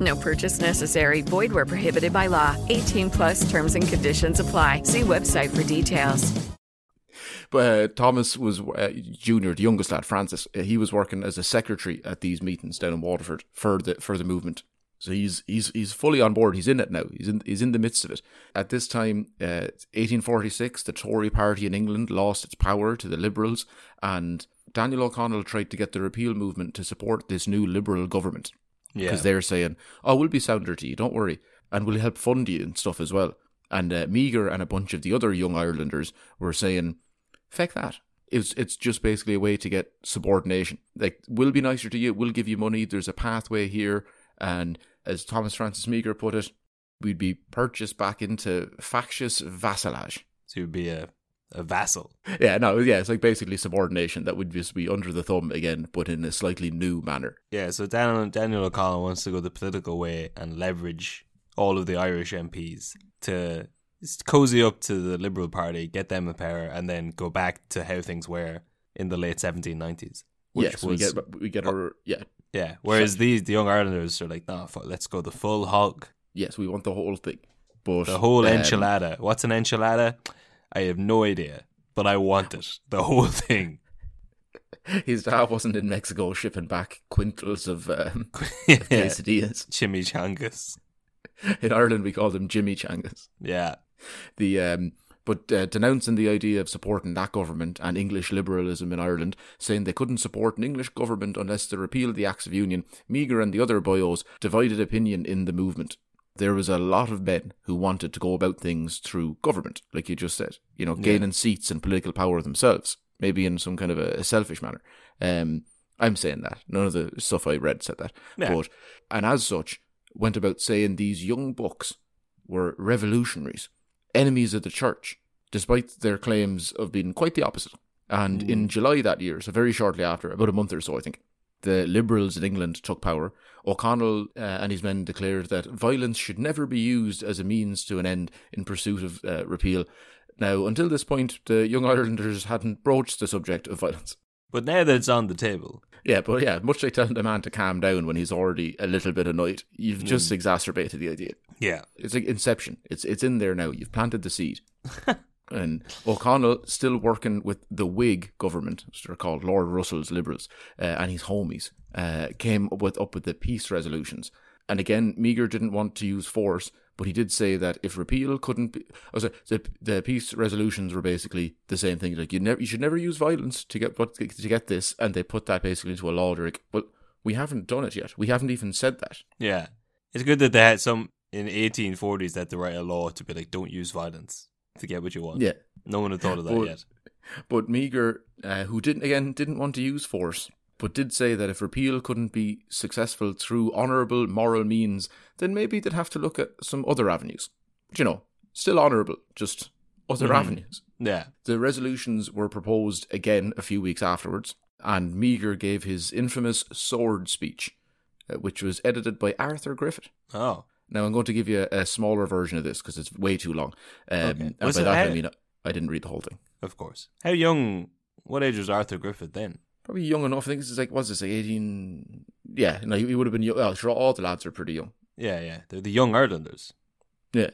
No purchase necessary. Void where prohibited by law. 18 plus terms and conditions apply. See website for details. But uh, Thomas was uh, junior, the youngest lad, Francis. Uh, he was working as a secretary at these meetings down in Waterford for the for the movement. So he's he's he's fully on board. He's in it now. He's in he's in the midst of it. At this time, uh, 1846, the Tory party in England lost its power to the Liberals, and Daniel O'Connell tried to get the repeal movement to support this new Liberal government Yeah. because they're saying, "Oh, we'll be sounder to you. Don't worry, and we'll help fund you and stuff as well." And uh, Meager and a bunch of the other young Irelanders were saying, "Feck that." It's it's just basically a way to get subordination. Like we'll be nicer to you. We'll give you money. There's a pathway here, and as Thomas Francis Meager put it, we'd be purchased back into factious vassalage. So you'd be a, a vassal. Yeah, no, yeah, it's like basically subordination that would just be under the thumb again, but in a slightly new manner. Yeah, so Daniel, Daniel O'Connell wants to go the political way and leverage all of the Irish MPs to just cozy up to the Liberal Party, get them in power, and then go back to how things were in the late 1790s. Which yes, was, we get we get our yeah yeah. Whereas these the young Irelanders are like, nah, fuck, let's go the full hog, Yes, we want the whole thing. But the whole um, enchilada. What's an enchilada? I have no idea, but I want it, the whole thing. His dad wasn't in Mexico shipping back quintals of um, yeah. quesadillas. Chimichangas. In Ireland, we call them Jimmy Changas. Yeah. The um, but uh, denouncing the idea of supporting that government and English liberalism in Ireland, saying they couldn't support an English government unless they repealed the Acts of Union. Meagher and the other boyos divided opinion in the movement. There was a lot of men who wanted to go about things through government, like you just said. You know, gaining seats and political power themselves, maybe in some kind of a, a selfish manner. Um, I'm saying that. None of the stuff I read said that. Yeah. But and as such, went about saying these young bucks were revolutionaries, enemies of the church, despite their claims of being quite the opposite. And in July that year, so very shortly after, about a month or so, I think, the Liberals in England took power. O'Connell uh, and his men declared that violence should never be used as a means to an end in pursuit of uh, repeal. Now, until this point, the Young Irelanders hadn't broached the subject of violence. But now that it's on the table, Yeah, but yeah, much like telling a man to calm down when he's already a little bit annoyed, you've just exacerbated the idea. yeah, It's like Inception. It's it's in there now. You've planted the seed. and O'Connell still working with the Whig government, which they're called Lord Russell's Liberals, uh, and his homies uh, came up with up with the peace resolutions. And again, Meager didn't want to use force, but he did say that if repeal couldn't be, oh, sorry, the, the peace resolutions were basically the same thing. Like you never, you should never use violence to get what to get this, and they put that basically into a law. They're like, well, we haven't done it yet. We haven't even said that. Yeah. It's good that they had some in 1840s that they write a law to be like, don't use violence to get what you want. Yeah. No one had thought of that Well, yet. But Meager, uh, who didn't again didn't want to use force, but did say that if repeal couldn't be successful through honourable moral means, then maybe they'd have to look at some other avenues. But, you know, still honourable, just Mm-hmm. other avenues. Yeah. The resolutions were proposed again a few weeks afterwards, and Meager gave his infamous sword speech, uh, which was edited by Arthur Griffith. Oh. Now I'm going to give you a, a smaller version of this because it's way too long. Um, Okay. And Was by it that I ed- mean I- I didn't read the whole thing. Of course. How young, what age was Arthur Griffith then? probably young enough. I think this is like what's this like eighteen? Yeah, no, he would have been. Young. Well, sure, all the lads are pretty young. Yeah, yeah. They're the young Irelanders. Yeah,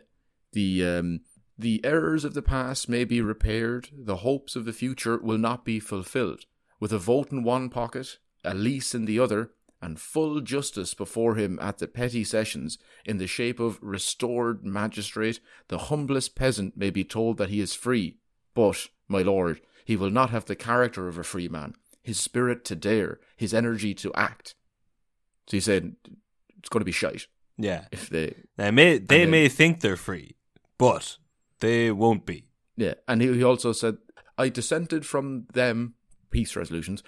the um, the errors of the past may be repaired. The hopes of the future will not be fulfilled. With a vote in one pocket, a lease in the other, and full justice before him at the petty sessions, in the shape of restored magistrate, the humblest peasant may be told that he is free. But, my lord, he will not have the character of a free man, his spirit to dare, his energy to act. So he said, it's going to be shite Yeah. if they Now, may, they then- may think they're free, but they won't be. Yeah, and he, he also said, I dissented from them, peace resolutions,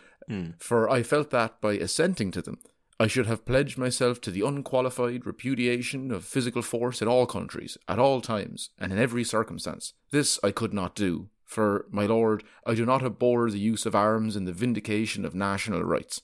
for I felt that by assenting to them, I should have pledged myself to the unqualified repudiation of physical force in all countries, at all times, and in every circumstance. This I could not do, for, my lord, I do not abhor the use of arms in the vindication of national rights.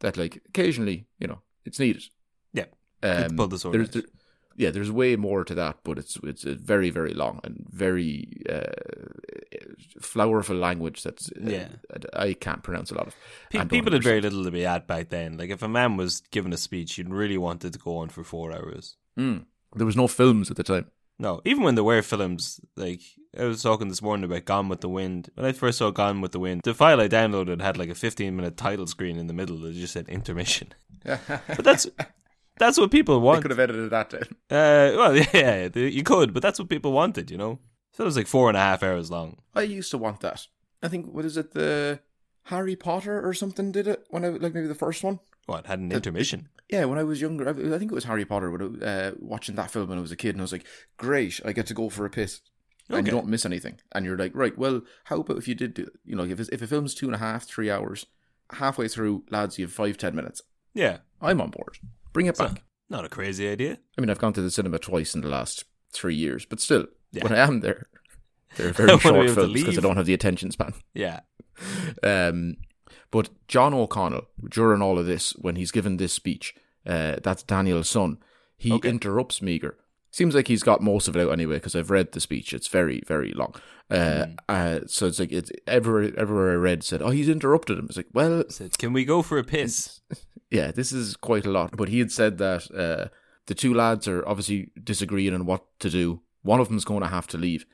That, like, occasionally, you know, it's needed. Yeah. Good to pull the sword Um, there's- out. there- yeah, there's way more to that, but it's it's uh, very very long and very uh, flowerful language uh, that Yeah. I can't pronounce a lot of. Pe- and don't people had very understand. little to be at back then. Like if a man was giving a speech, you'd really want it to go on for four hours. Mm. There was no films at the time. No, even when there were films, like I was talking this morning about Gone with the Wind. When I first saw Gone with the Wind, the file I downloaded had like a 15 minute title screen in the middle that just said intermission. but that's that's what people They want. could have edited that down. Uh, well, yeah, yeah, the- you could, but that's what people wanted, you know. So it was like four and a half hours long. I used to want that. I think what is it the Harry Potter or something did it when I like maybe the first one. What had an That- intermission? Yeah, when I was younger, I I think it was Harry Potter. When I, uh, watching that film when I was a kid, and I was like, "Great, I get to go for a piss, and Okay. you don't miss anything." And you're like, "Right, well, how about if you did do, you know, if it's, if a film's two and a half, three hours, halfway through, lads, you have five, ten minutes. Yeah, I'm on board. Bring it So- back. not a crazy idea. I mean, I've gone to the cinema twice in the last three years, but still, Yeah. when I am there, they're I very wanna be short able to films because I leave. don't have the attention span. Yeah, Um, but John O'Connell, during all of this, when he's given this speech, uh, that's Daniel's son, he Okay. interrupts Meager. Seems like he's got most of it out anyway, because I've read the speech. It's very, very long. Uh, uh, so it's like it's everywhere, everywhere I read said, oh, he's interrupted him. It's like, well, said, can we go for a piss? yeah, this is quite a lot. But he had said that uh, the two lads are obviously disagreeing on what to do. One of them's going to have to leave.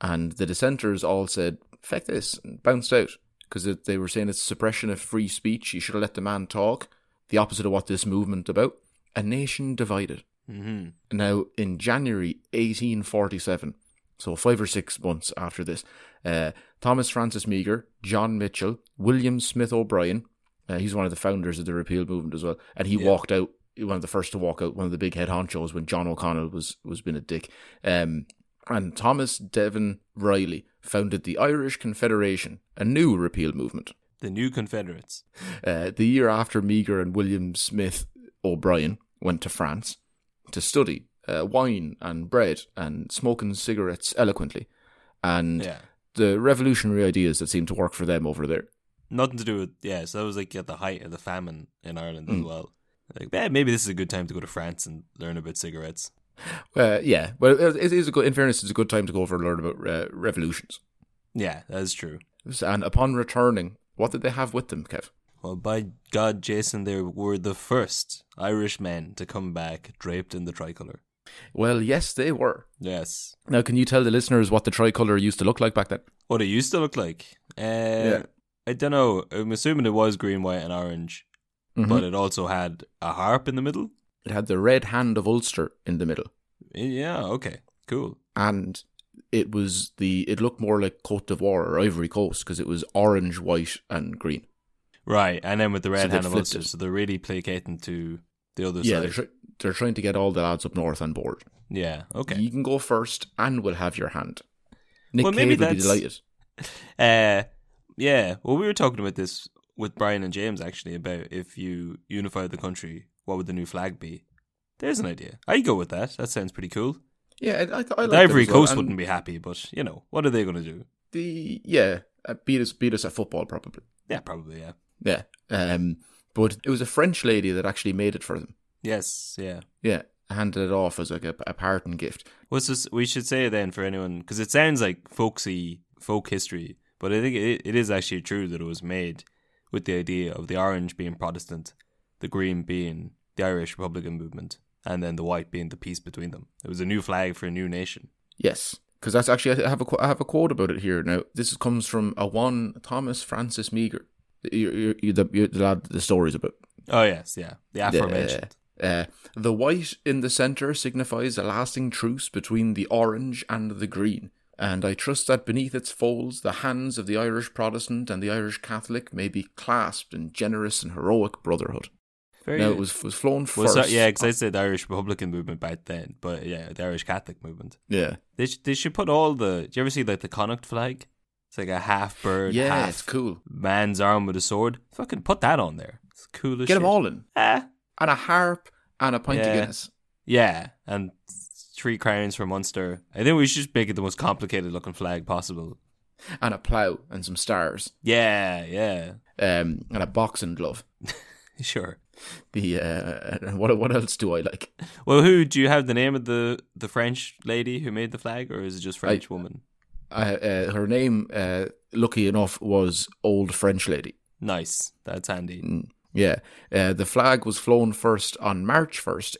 And the dissenters all said, feck this, and bounced out. Because they were saying it's suppression of free speech. You should have let the man talk. The opposite of what this movement about. A nation divided. Mm-hmm. Now, in January 1847, so five or six months after this, uh, Thomas Francis Meagher, John Mitchell, William Smith O'Brien, uh, he's one of the founders of the repeal movement as well, and he Yeah. walked out, he one of the first to walk out, one of the big head honchos when John O'Connell was, was being a dick. Um, and Thomas Devon Riley founded the Irish Confederation, a new repeal movement The new Confederates. uh, the year after Meagher and William Smith O'Brien went to France to study uh, wine and bread and smoking cigarettes eloquently, and Yeah. the revolutionary ideas that seemed to work for them over there. Nothing to do with yeah. So that was like at the height of the famine in Ireland Mm. as well. Like, eh, maybe this is a good time to go to France and learn about cigarettes. Uh, yeah, well, it it is a good. In fairness, it's a good time to go over and learn about uh, revolutions. Yeah, that's true. And upon returning, what did they have with them, Kev? Well, by God, Jason, they were the first Irish men to come back draped in the tricolour. Well, yes, they were. Yes. Now, can you tell the listeners what the tricolour used to look like back then? What it used to look like. Uh, Yeah. I don't know. I'm assuming it was green, white, and orange, Mm-hmm. but it also had a harp in the middle. It had the red hand of Ulster in the middle. Yeah. Okay. Cool. and it was the it looked more like Cote d'Ivoire or Ivory Coast because it was orange, white, and green. Right, and then with the So red they hand of flipped Ulster, it. so they're really placating to the other yeah, side. they're, tr- they're trying to get all the lads up north on board. Yeah. Okay. You can go first, and we'll have your hand. Nick Well, maybe Cave would be that's- delighted. Uh, yeah. Well, we were talking about this with Brian and James actually about if you unified the country, what would the new flag be? There's an idea. I go with that. That sounds pretty cool. Yeah, I, I, I the Ivory Coast wouldn't be happy, but you know, what are they going to do? The yeah, uh, beat us, beat us at football probably. Yeah, probably. Yeah. Yeah, um, but it was a French lady that actually made it for them. Yes. Yeah. Yeah, handed it off as like a, a parting gift. What's this? We should say then for anyone because it sounds like folksy folk history, but I think it, it is actually true that it was made with the idea of the orange being Protestant, the green being the Irish Republican movement, and then the white being the peace between them. It was a new flag for a new nation. Yes, because that's actually I have a qu- I have a quote about it here now. This comes from a one Thomas Francis Meagher. You, you, you, the, you, the lad, the story's about. Oh yes, yeah, the aforementioned. Uh, the white in the centre signifies a lasting truce between the orange and the green, and I trust that beneath its folds the hands of the Irish Protestant and the Irish Catholic may be clasped in generous and heroic brotherhood. Very now it good. was was flown first. Well, so- yeah, because I said the Irish Republican movement back then, but yeah, the Irish Catholic movement. yeah, They sh- they should put all the. Do you ever see like the Connacht flag? It's like a half bird, yeah, half it's cool. man's arm with a sword. Fucking put that on there. It's cool as shit. Get them all in, Ah. and a harp and a pint Yeah. of Guinness. Yeah, and three crowns for Munster. I think we should just make it the most complicated looking flag possible. and a plow and some stars Yeah, yeah, um, and a boxing glove. sure. The uh, and what what else do I like? Well, who do you have the name of the the French lady who made the flag, or is it just French I- woman? uh, uh, her name, uh, lucky enough, was Old French Lady. Nice. That's handy. Yeah, uh, the flag was flown first on March 1st,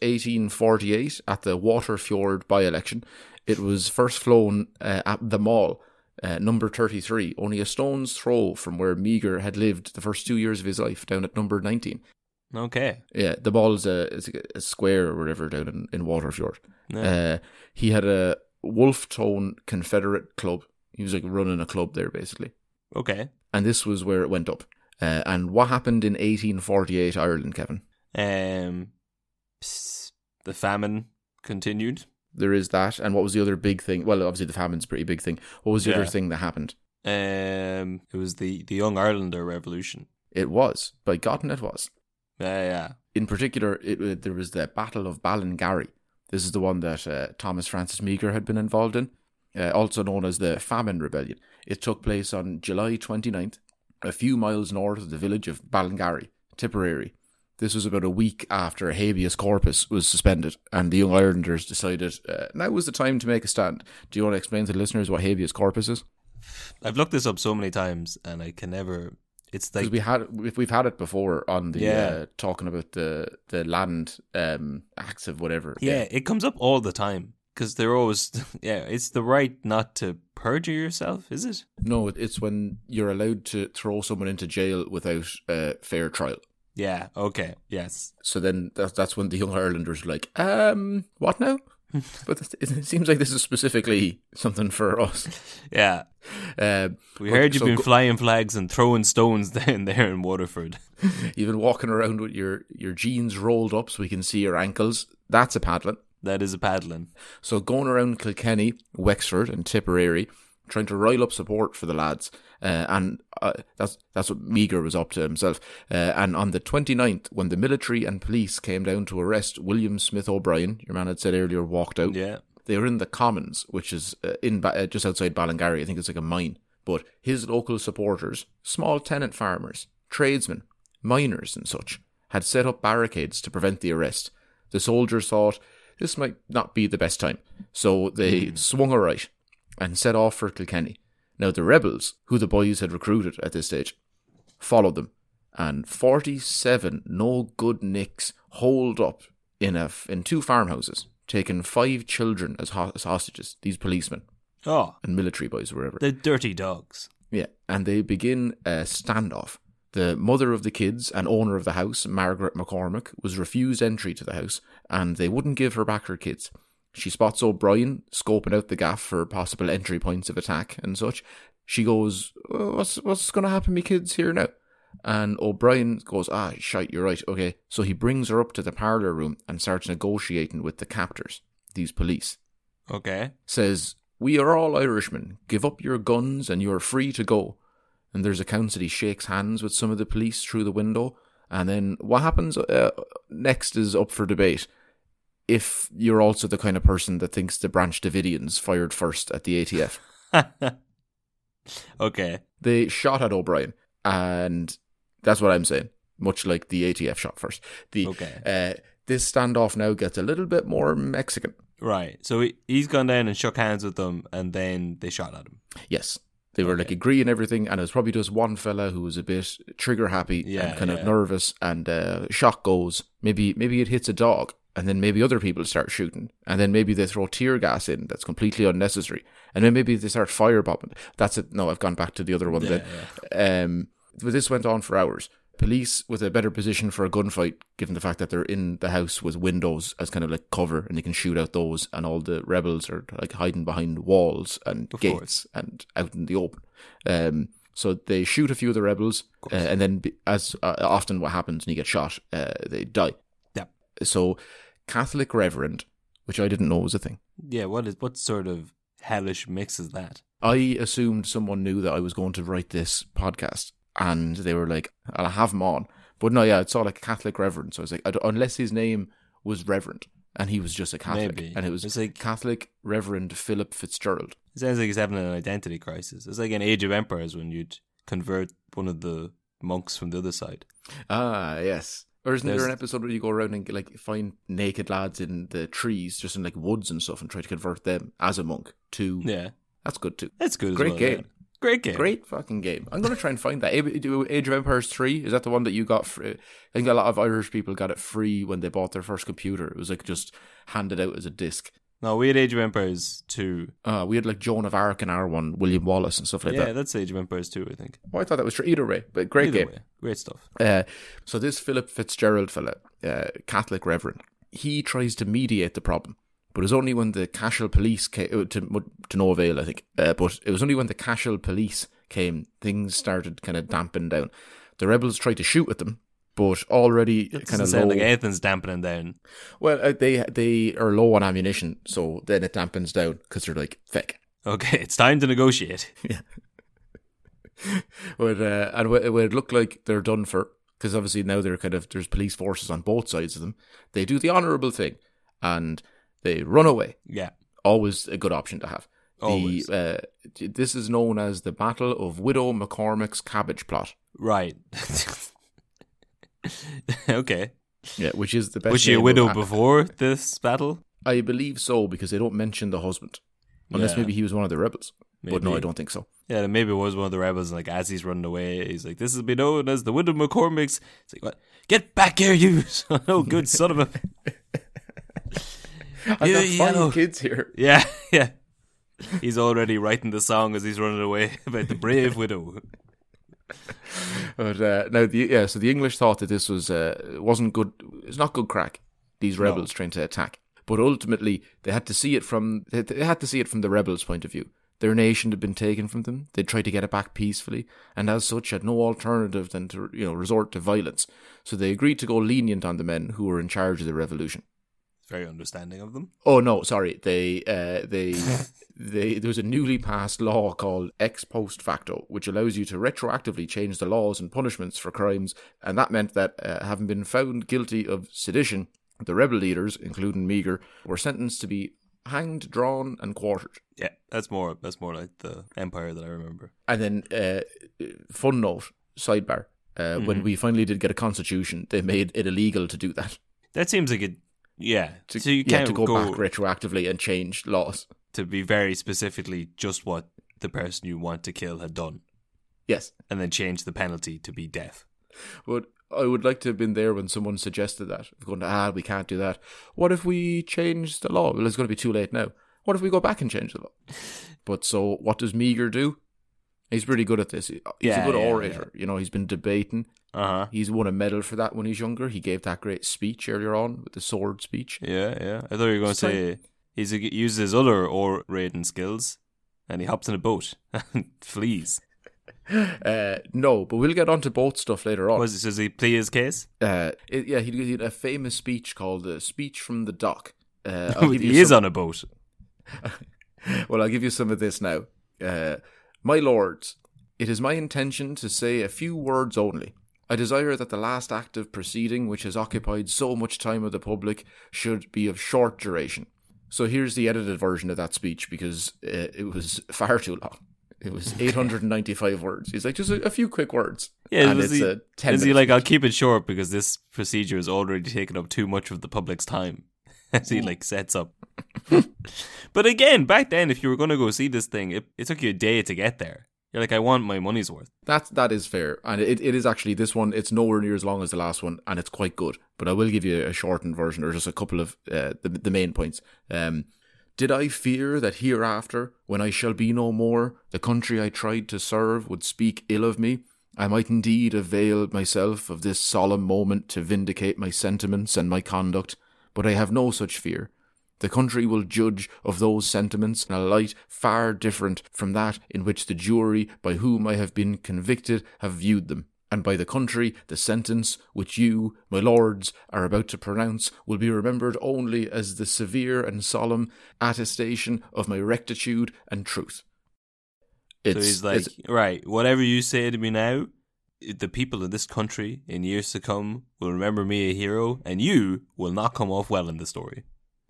1848, at the Waterfjord by election. It was first flown uh, at the mall, uh, number 33, only a stone's throw from where Meager had lived the first two years of his life, down at number 19. Okay. Yeah, the ball is a, is a square or whatever down in, in Waterfjord. Yeah. Uh, he had a Wolf Tone Confederate club. He was like running a club there, basically Okay. and this was where it went up. Uh, and what happened in 1848 Ireland, Kevin? Um, pss, the famine continued. There is that. And what was the other big thing? Well, obviously the famine's a pretty big thing. What was the other Yeah. thing that happened? Um, it was the the Young Irelander Revolution. It was, by God, it was. Yeah, yeah. In particular, it, uh, there was the Battle of Ballingarry. This is the one that uh, Thomas Francis Meagher had been involved in, uh, also known as the Famine Rebellion. It took place on July 29th, a few miles north of the village of Ballingarry, Tipperary. This was about a week after habeas corpus was suspended, and the Young Irelanders decided uh, now was the time to make a stand. Do you want to explain to the listeners what habeas corpus is? I've looked this up so many times, and I can never. It's like Because we had if we've had it before on the Yeah. uh, talking about the the land um, acts of whatever. yeah, it comes up all the time because they're always yeah. It's the right not to perjure yourself, is it? No, it- it's when you're allowed to throw someone into jail without a fair trial. Yeah. Okay. Yes. So then that, that's when the young Irelanders are like, um, what now? but it- it seems like this is specifically something for us. Yeah. Um, We but- heard you've so been go- flying flags and throwing stones down there in Waterford. You've been walking around with your, your jeans rolled up so we can see your ankles. That's a paddling. That is a paddling. So going around Kilkenny, Wexford, and Tipperary, trying to rile up support for the lads, uh, and uh, that's that's what Meager was up to himself. Uh, and on the 29th, when the military and police came down to arrest William Smith O'Brien, your man had said earlier, walked out. Yeah. They were in the Commons, which is uh, in ba- uh, just outside Ballingarry. I think it's like a mine. But his local supporters, small tenant farmers, tradesmen, miners, and such, had set up barricades to prevent the arrest. The soldiers thought this might not be the best time, so they swung a right and set off for Kilkenny. Now the rebels, who the boys had recruited at this stage, followed them, and forty-seven no good nicks holed up in a in two farmhouses, taking five children as, ho- as hostages. These policemen Oh, and military boys, wherever. the dirty dogs. Yeah, and they begin a standoff. The mother of the kids and owner of the house, Margaret McCormick, was refused entry to the house, and they wouldn't give her back her kids. She spots O'Brien scoping out the gaff for possible entry points of attack and such. She goes, "Uh, "What's what's going to happen, me kids here now?" And O'Brien goes, "Ah, shite, you're right. Okay." So he brings her up to the parlor room and starts negotiating with the captors, these police Okay. says, We are all Irishmen. Give up your guns and you are free to go. And there's accounts that he shakes hands with some of the police through the window. And then what happens uh, next is up for debate. If you're also the kind of person that thinks the Branch Davidians fired first at the ATF, okay. they shot at O'Brien, and that's what I'm saying. Much like the ATF shot first. The Okay. uh, this standoff now gets a little bit more Mexican. Right. So he, he's gone down and shook hands with them, and then they shot at him. Yes. They were like agreeing everything, and it was probably just one fella who was a bit trigger happy Yeah, and kind yeah. of nervous, and uh, shot goes. Maybe maybe it hits a dog, and then maybe other people start shooting, and then maybe they throw tear gas in that's completely unnecessary, and then maybe they start firebombing. That's it. No, I've gone back to the other one then. Um, but this went on for hours. Police with a better position for a gunfight, given the fact that they're in the house with windows as kind of like cover, and they can shoot out those. And all the rebels are like hiding behind walls and Of gates course. and out in the open. Um, so they shoot a few of the rebels, uh, and then be- as uh, often what happens when you get shot, uh, they die. Yeah. So Catholic reverend, which I didn't know was a thing. Yeah. What is what sort of hellish mix is that? I assumed someone knew that I was going to write this podcast, and they were like, "I'll have him on." But no, yeah, it's all like Catholic reverend. So I was like, I don't- unless his name was Reverend, and he was just a Catholic, Maybe. and it was It's like- Catholic Reverend Philip Fitzgerald. It sounds like he's having an identity crisis. It's like in Age of Empires when you'd convert one of the monks from the other side. Ah, yes. Or isn't There's- there an episode where you go around and like find naked lads in the trees, just in like woods and stuff, and try to convert them as a monk to Yeah. That's good too. That's good. as Great well, game. yeah. Great game. Great fucking game. I'm gonna try and find that. A- Age of Empires Three is that the one that you got? Free? I think a lot of Irish people got it free when they bought their first computer. It was like just handed out as a disc. No, we had Age of Empires two. Uh, we had like Joan of Arc and R1, William Wallace, and stuff like yeah, that. that's Age of Empires two. I think. Oh, I thought that was true. Either way, but great Either game. way, great stuff. Uh, so this Philip Fitzgerald fella, uh, Catholic reverend, he tries to mediate the problem, but it was only when the Cashel police came to to no avail, I think. Uh, but it was only when the Cashel police came, things started kind of dampen down. The rebels tried to shoot at them, but already It kind doesn't of sound low. like anything's dampening down. well, uh, they they are low on ammunition, so then it dampens down because they're like feck. Okay, it's time to negotiate. But uh, and when when it looked like they're done for, because obviously now they're kind of there's police forces on both sides of them. They do the honourable thing, and they run away. Yeah. Always a good option to have. The, Always. uh, this is known as the Battle of Widow McCormick's Cabbage Plot. Right. okay. Yeah, which is the best. Was she a name widow of- before this battle? I believe so because they don't mention the husband, unless Yeah. maybe he was one of the rebels. But no, Maybe. I don't think so. Yeah, then maybe it was one of the rebels. And like as he's running away, he's like, "This will be known as the Widow McCormick's." It's like, "What? Get back here, you! oh, good son of a!" I've got Yeah, five yellow. kids here. Yeah, yeah. He's already writing the song as he's running away about the brave widow. But uh, no, the, yeah. So the English thought that this was uh, wasn't good. It's not good crack. These rebels trying to attack, but ultimately they had to see it from they- they had to see it from the rebels' point of view. Their nation had been taken from them. They tried to get it back peacefully, and as such, had no alternative than to you know resort to violence. So they agreed to go lenient on the men who were in charge of the revolution. Very understanding of them. Oh no, sorry. They uh, they they there was a newly passed law called ex post facto, which allows you to retroactively change the laws and punishments for crimes, and that meant that uh, having been found guilty of sedition, the rebel leaders, including Meager, were sentenced to be hanged, drawn, and quartered. Yeah, that's more. That's more like the empire that I remember. And then, uh, fun note, sidebar. Uh, Mm-hmm. When we finally did get a constitution, they made it illegal to do that. That seems like it. Yeah, To, so you yeah, can't to go, go, back retroactively and change laws. to be very specifically just what the person you want to kill had done, Yes. and then change the penalty to be death. But I would like to have been there when someone suggested that. Going, ah, we can't do that. What if we change the law? Well, it's going to be too late now. What if we go back and change the law? But so, what does Meager do? He's pretty good at this. He's Yeah, a good yeah, orator. You know, he's been debating. Uh huh. He's won a medal for that when he's younger. He gave that great speech earlier on with the sword speech. Yeah, yeah. I thought you were going to It's like- say he's he uses his other or raiding skills, and he hops in a boat and flees. Uh, no, but we'll get onto boat stuff later on. Was it, does he plea his case? uh, it- yeah, he he had a famous speech called uh, "Speech from the Dock." Uh, I'll give you he is some- on a boat. Well, I'll give you some of this now. Uh, my lords, it is my intention to say a few words only. I desire that the last active proceeding, which has occupied so much time of the public, should be of short duration. So here's the edited version of that speech because uh, it was far too long. It was 895 words. He's like, just a, a few quick words. Yeah, and was it's he, a 10 is he minute like, speech. I'll keep it short because this procedure has already taken up too much of the public's time? As he like sets up. but again, back then, if you were going to go see this thing, it, it took you a day to get there. You're like, I want my money's worth. That that is fair, and it, it is actually this one. It's nowhere near as long as the last one, and it's quite good. But I will give you a shortened version, or just a couple of uh, the the main points. Um, did I fear that hereafter, when I shall be no more, the country I tried to serve would speak ill of me? I might indeed avail myself of this solemn moment to vindicate my sentiments and my conduct, but I have no such fear. The country will judge of those sentiments in a light far different from that in which the jury by whom I have been convicted have viewed them. And by the country, the sentence which you, my lords, are about to pronounce will be remembered only as the severe and solemn attestation of my rectitude and truth. so It's, he's like, it's- right, whatever you say to me now, the people in this country in years to come will remember me a hero, and you will not come off well in the story.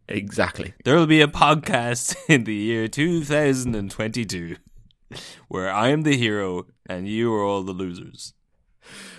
exactly. There will be a podcast in the year 2022 where I am the hero and you are all the losers.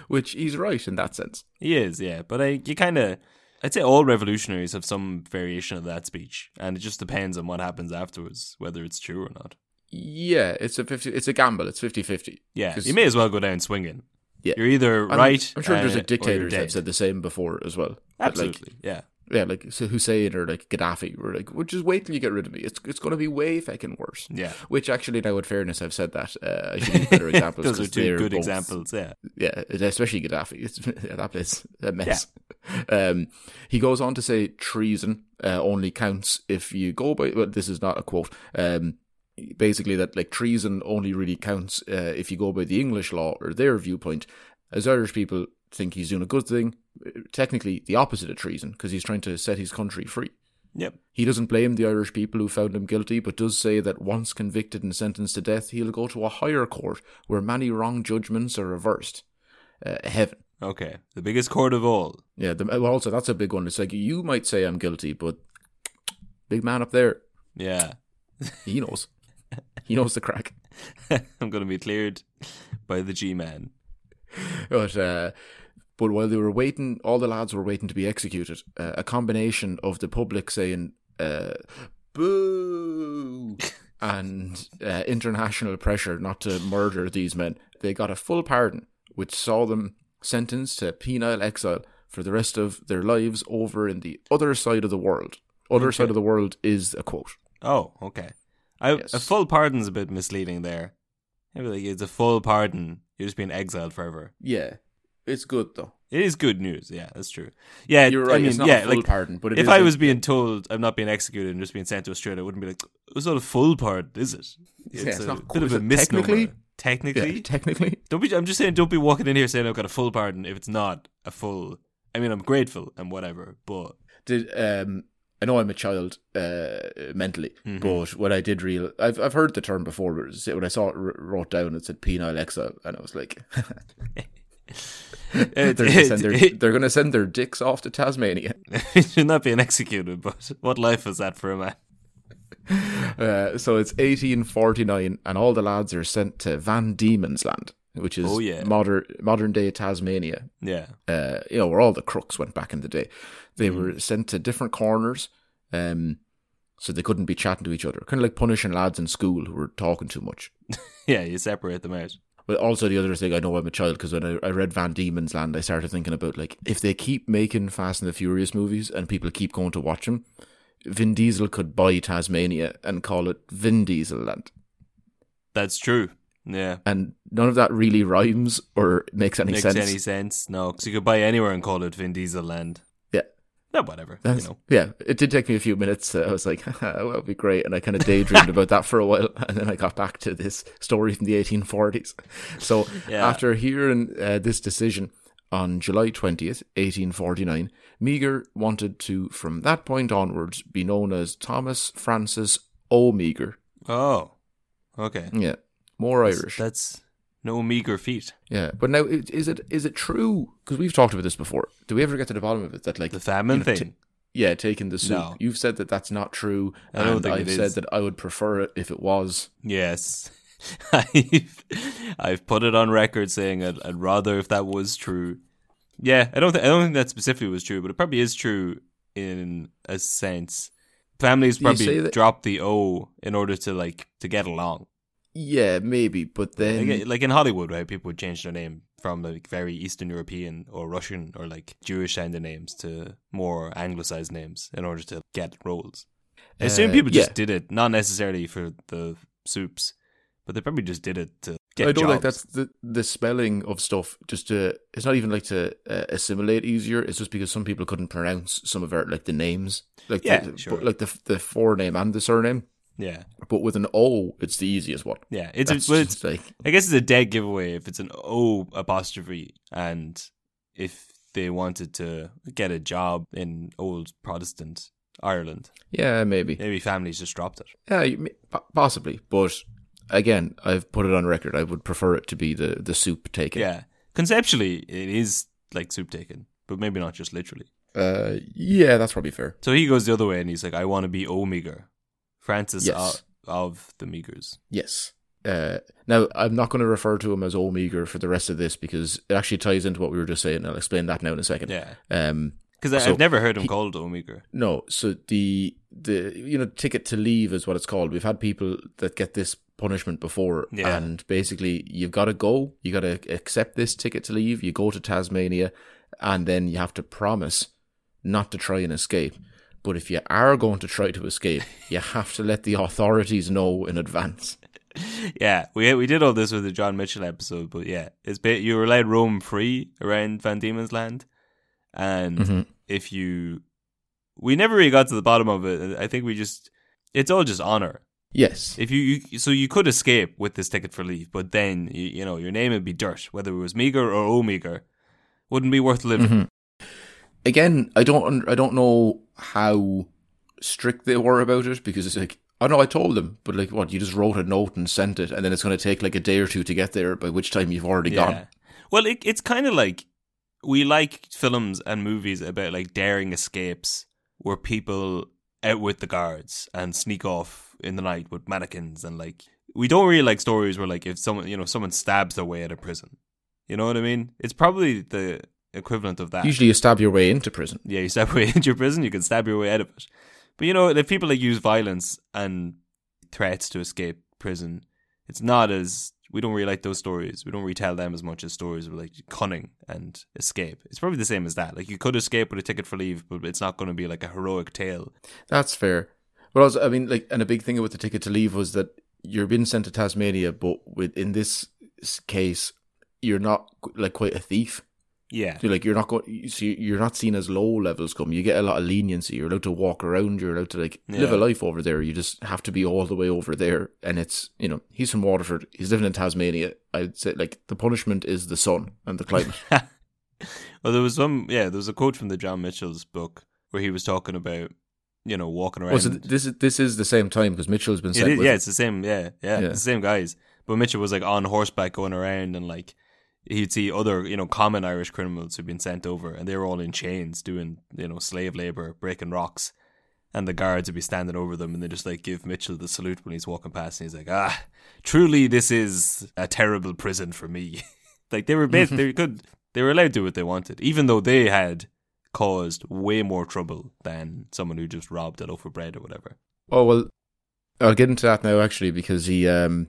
Which he's right in that sense. He is, yeah. But I, you kind of, I'd say all revolutionaries have some variation of that speech, and it just depends on what happens afterwards, whether it's true or not. Yeah, it's a fifty. It's a gamble. It's 50-50. Yeah, 'Cause- you may as well go down swinging. Yeah. You're either I'm- right. I'm sure there's uh, a or dictator you're that dead. said the same before as well. That, like, Absolutely, yeah. yeah, like so Hussein or like Gaddafi were like, well, just wait till you get rid of me. It's it's going to be way fucking worse. Yeah. Which actually, now in fairness, I've said that. Uh, I should give better examples. Those are 'cause two they're good both- examples. Yeah, Yeah, especially Gaddafi. It's, yeah, that place a mess. Um, he goes on to say treason uh, only counts if you go by. Well, this is not a quote. Um, basically, that like treason only really counts uh, if you go by the English law or their viewpoint. As Irish people think he's doing a good thing, uh, technically the opposite of treason because he's trying to set his country free. yep. He doesn't blame the Irish people who found him guilty, but does say that once convicted and sentenced to death, he'll go to a higher court where many wrong judgments are reversed. Uh, heaven. Okay, the biggest court of all. Yeah, the, well, also, that's a big one. It's like, you might say I'm guilty, but big man up there, Yeah, he knows. he knows the crack. I'm going to be cleared by the G-man. But, uh, but while they were waiting, all the lads were waiting to be executed. Uh, a combination of the public saying, uh, boo, and uh, international pressure not to murder these men, they got a full pardon, which saw them sentenced to penal exile for the rest of their lives over in the other side of the world. Other side of the world is a quote. Oh, okay. I, Yes. A full pardon's a bit misleading there. Maybe like it's a full pardon. You're just being exiled forever. Yeah, it's good though. It is good news. Yeah, that's true. Yeah, You're right, I mean, it's not a yeah, full like, pardon, but it if is I a- was being told I'm not being executed and just being sent to Australia, I wouldn't be like, "It's not a full pardon, is it?" Yeah, it's a not bit cool. of Is a it misnomer. technically? Technically, Yeah, technically. don't be. I'm just saying, don't be walking in here saying I've got a full pardon if it's not a full. I mean, I'm grateful and whatever, but did um I know I'm a child uh, mentally, Mm-hmm. but when I did real, I've I've heard the term before. But it's- when I saw it wr- wrote down, it said penile exile, and I was like, they're, gonna send their, they're going to send their dicks off to Tasmania. you're not being executed. But what life is that for a man? Uh, so it's 1849, and all the lads are sent to Van Diemen's Land, which is Oh, yeah. modern modern day Tasmania. Yeah, uh, you know, where all the crooks went back in the day. They Mm-hmm. were sent to different corners, um, so they couldn't be chatting to each other. Kind of like punishing lads in school who were talking too much. yeah. You separate them out. But also the other thing, I know I'm a child because when I, I read Van Diemen's Land, I started thinking about like if they keep making Fast and the Furious movies and people keep going to watch them, Vin Diesel could buy Tasmania and call it Vin Diesel Land, That's true. Yeah. and none of that really rhymes or makes any Makes sense. any sense? No, because you could buy anywhere and call it Vin Diesel Land. Yeah. No, whatever. That's- you know. Yeah, it did take me a few minutes. Uh, I was like, that would be great. And I kind of daydreamed about that for a while. And then I got back to this story from the 1840s. So Yeah. after hearing uh, this decision on July 20th, 1849, Meager wanted to, from that point onwards, be known as Thomas Francis O. Meager. Oh, okay. Yeah, more That's- Irish. That's no meager feat. yeah, but now i- is it is it true? Because we've talked about this before. Do we ever get to the bottom of it? That like The famine you know, t- thing. yeah, taking the soup. No. You've said that that's not true, I don't and think it I've is. said that I would prefer it if it was. Yes. I've, I've put it on record saying I'd, I'd rather if that was true. Yeah, I don't think I don't think that specifically was true, but it probably is true in a sense. Families You say probably that- drop the O in order to like to get along. Yeah, maybe, but then like, like in Hollywood, right? People would change their name from like very Eastern European or Russian or like Jewish sounding names to more anglicized names in order to get roles. I assume Uh, people just yeah. did it, not necessarily for the soups, but they probably just did it to I get don't like jobs. that's the the spelling of stuff. Just to it's not even like to uh, assimilate easier. It's just because some people couldn't pronounce some of our like the names, like Yeah, the, sure. but, like the the forename and the surname. Yeah, But with an O, it's the easiest one. yeah. It's, That's a, well, it's just like I guess it's a dead giveaway if it's an O apostrophe and if they wanted to get a job in old Protestant Ireland, yeah, maybe. maybe families just dropped it. Yeah, you may- po- possibly. But again, I've put it on record. I would prefer it to be the the soup taken. Yeah. Conceptually, it is like soup taken, but maybe not just literally. Uh, yeah, that's probably fair. So he goes the other way and he's like, I want to be O meager. Francis Yes. o- of the Meagers. Yes. Uh, now, I'm not going to refer to him as Old Meager for the rest of this because it actually ties into what we were just saying. I'll explain that now in a second. Yeah. Um, Because So I've never heard him called O meager. no, so the the you know ticket to leave is what it's called. We've had people that get this punishment before. Yeah. And basically, you've got to go, you got to accept this ticket to leave, you go to Tasmania, and then you have to promise not to try and escape. But if you are going to try to escape, you have to let the authorities know in advance. Yeah, we we did all this with the John Mitchell episode, but yeah, it's bit you were allowed roam free around Van Diemen's Land, and Mm-hmm. if you, we never really got to the bottom of it. I think we just, it's all just honor. Yes. If you, you so you could escape with this ticket for leave, but then you, you know your name would be dirt, whether it was meager or oh meager, wouldn't be worth Mm-hmm. living. again, I don't un- I don't know how strict they were about it because it's like I know I told them, but like what you just wrote a note and sent it, and then it's going to take like a day or two to get there, by which time you've already gone. Well, it, it's kind of like we like films and movies about like daring escapes where people outwit the guards and sneak off in the night with mannequins and like we don't really like stories where like if someone you know someone stabs their way out of prison. You know what I mean? It's probably the equivalent of that. Usually, you stab your way into prison. yeah, you stab your way into your prison, you can stab your way out of it. But you know, if people like use violence and threats to escape prison, it's not as we don't really like those stories. We don't retell them as much as stories of like cunning and escape. It's probably the same as that. Like you could escape with a ticket for leave, but it's not going to be like a heroic tale. That's fair. But also, I mean, like, and a big thing about the ticket to leave was that you're being sent to Tasmania, but with in this s- case, you're not like quite a thief. Yeah, So, like you're not going, so you- you're not seen as low levels come. You get a lot of leniency. You're allowed to walk around. You're allowed to like live a Yeah. life over there. You just have to be all the way over there. And it's you know he's from Waterford. He's living in Tasmania. I'd say like the punishment is the sun and the climate. Well, there was some. Yeah, there was a quote from the John Mitchell's book where he was talking about you know walking around. oh, so th- this is this is the same time because Mitchell's been It sent. is, with yeah, it's the same. Yeah, yeah, Yeah. It's the same guys. But Mitchell was like on horseback going around, and like he'd see other, you know, common Irish criminals who'd been sent over, and they were all in chains doing, you know, slave labor, breaking rocks, and the guards would be standing over them, and they just like give Mitchell the salute when he's walking past, and he's like, ah, truly, this is a terrible prison for me. like they were, bas- they could, they were allowed to do what they wanted, even though they had caused way more trouble than someone who just robbed a loaf of bread or whatever. Oh well, I'll get into that now actually because he um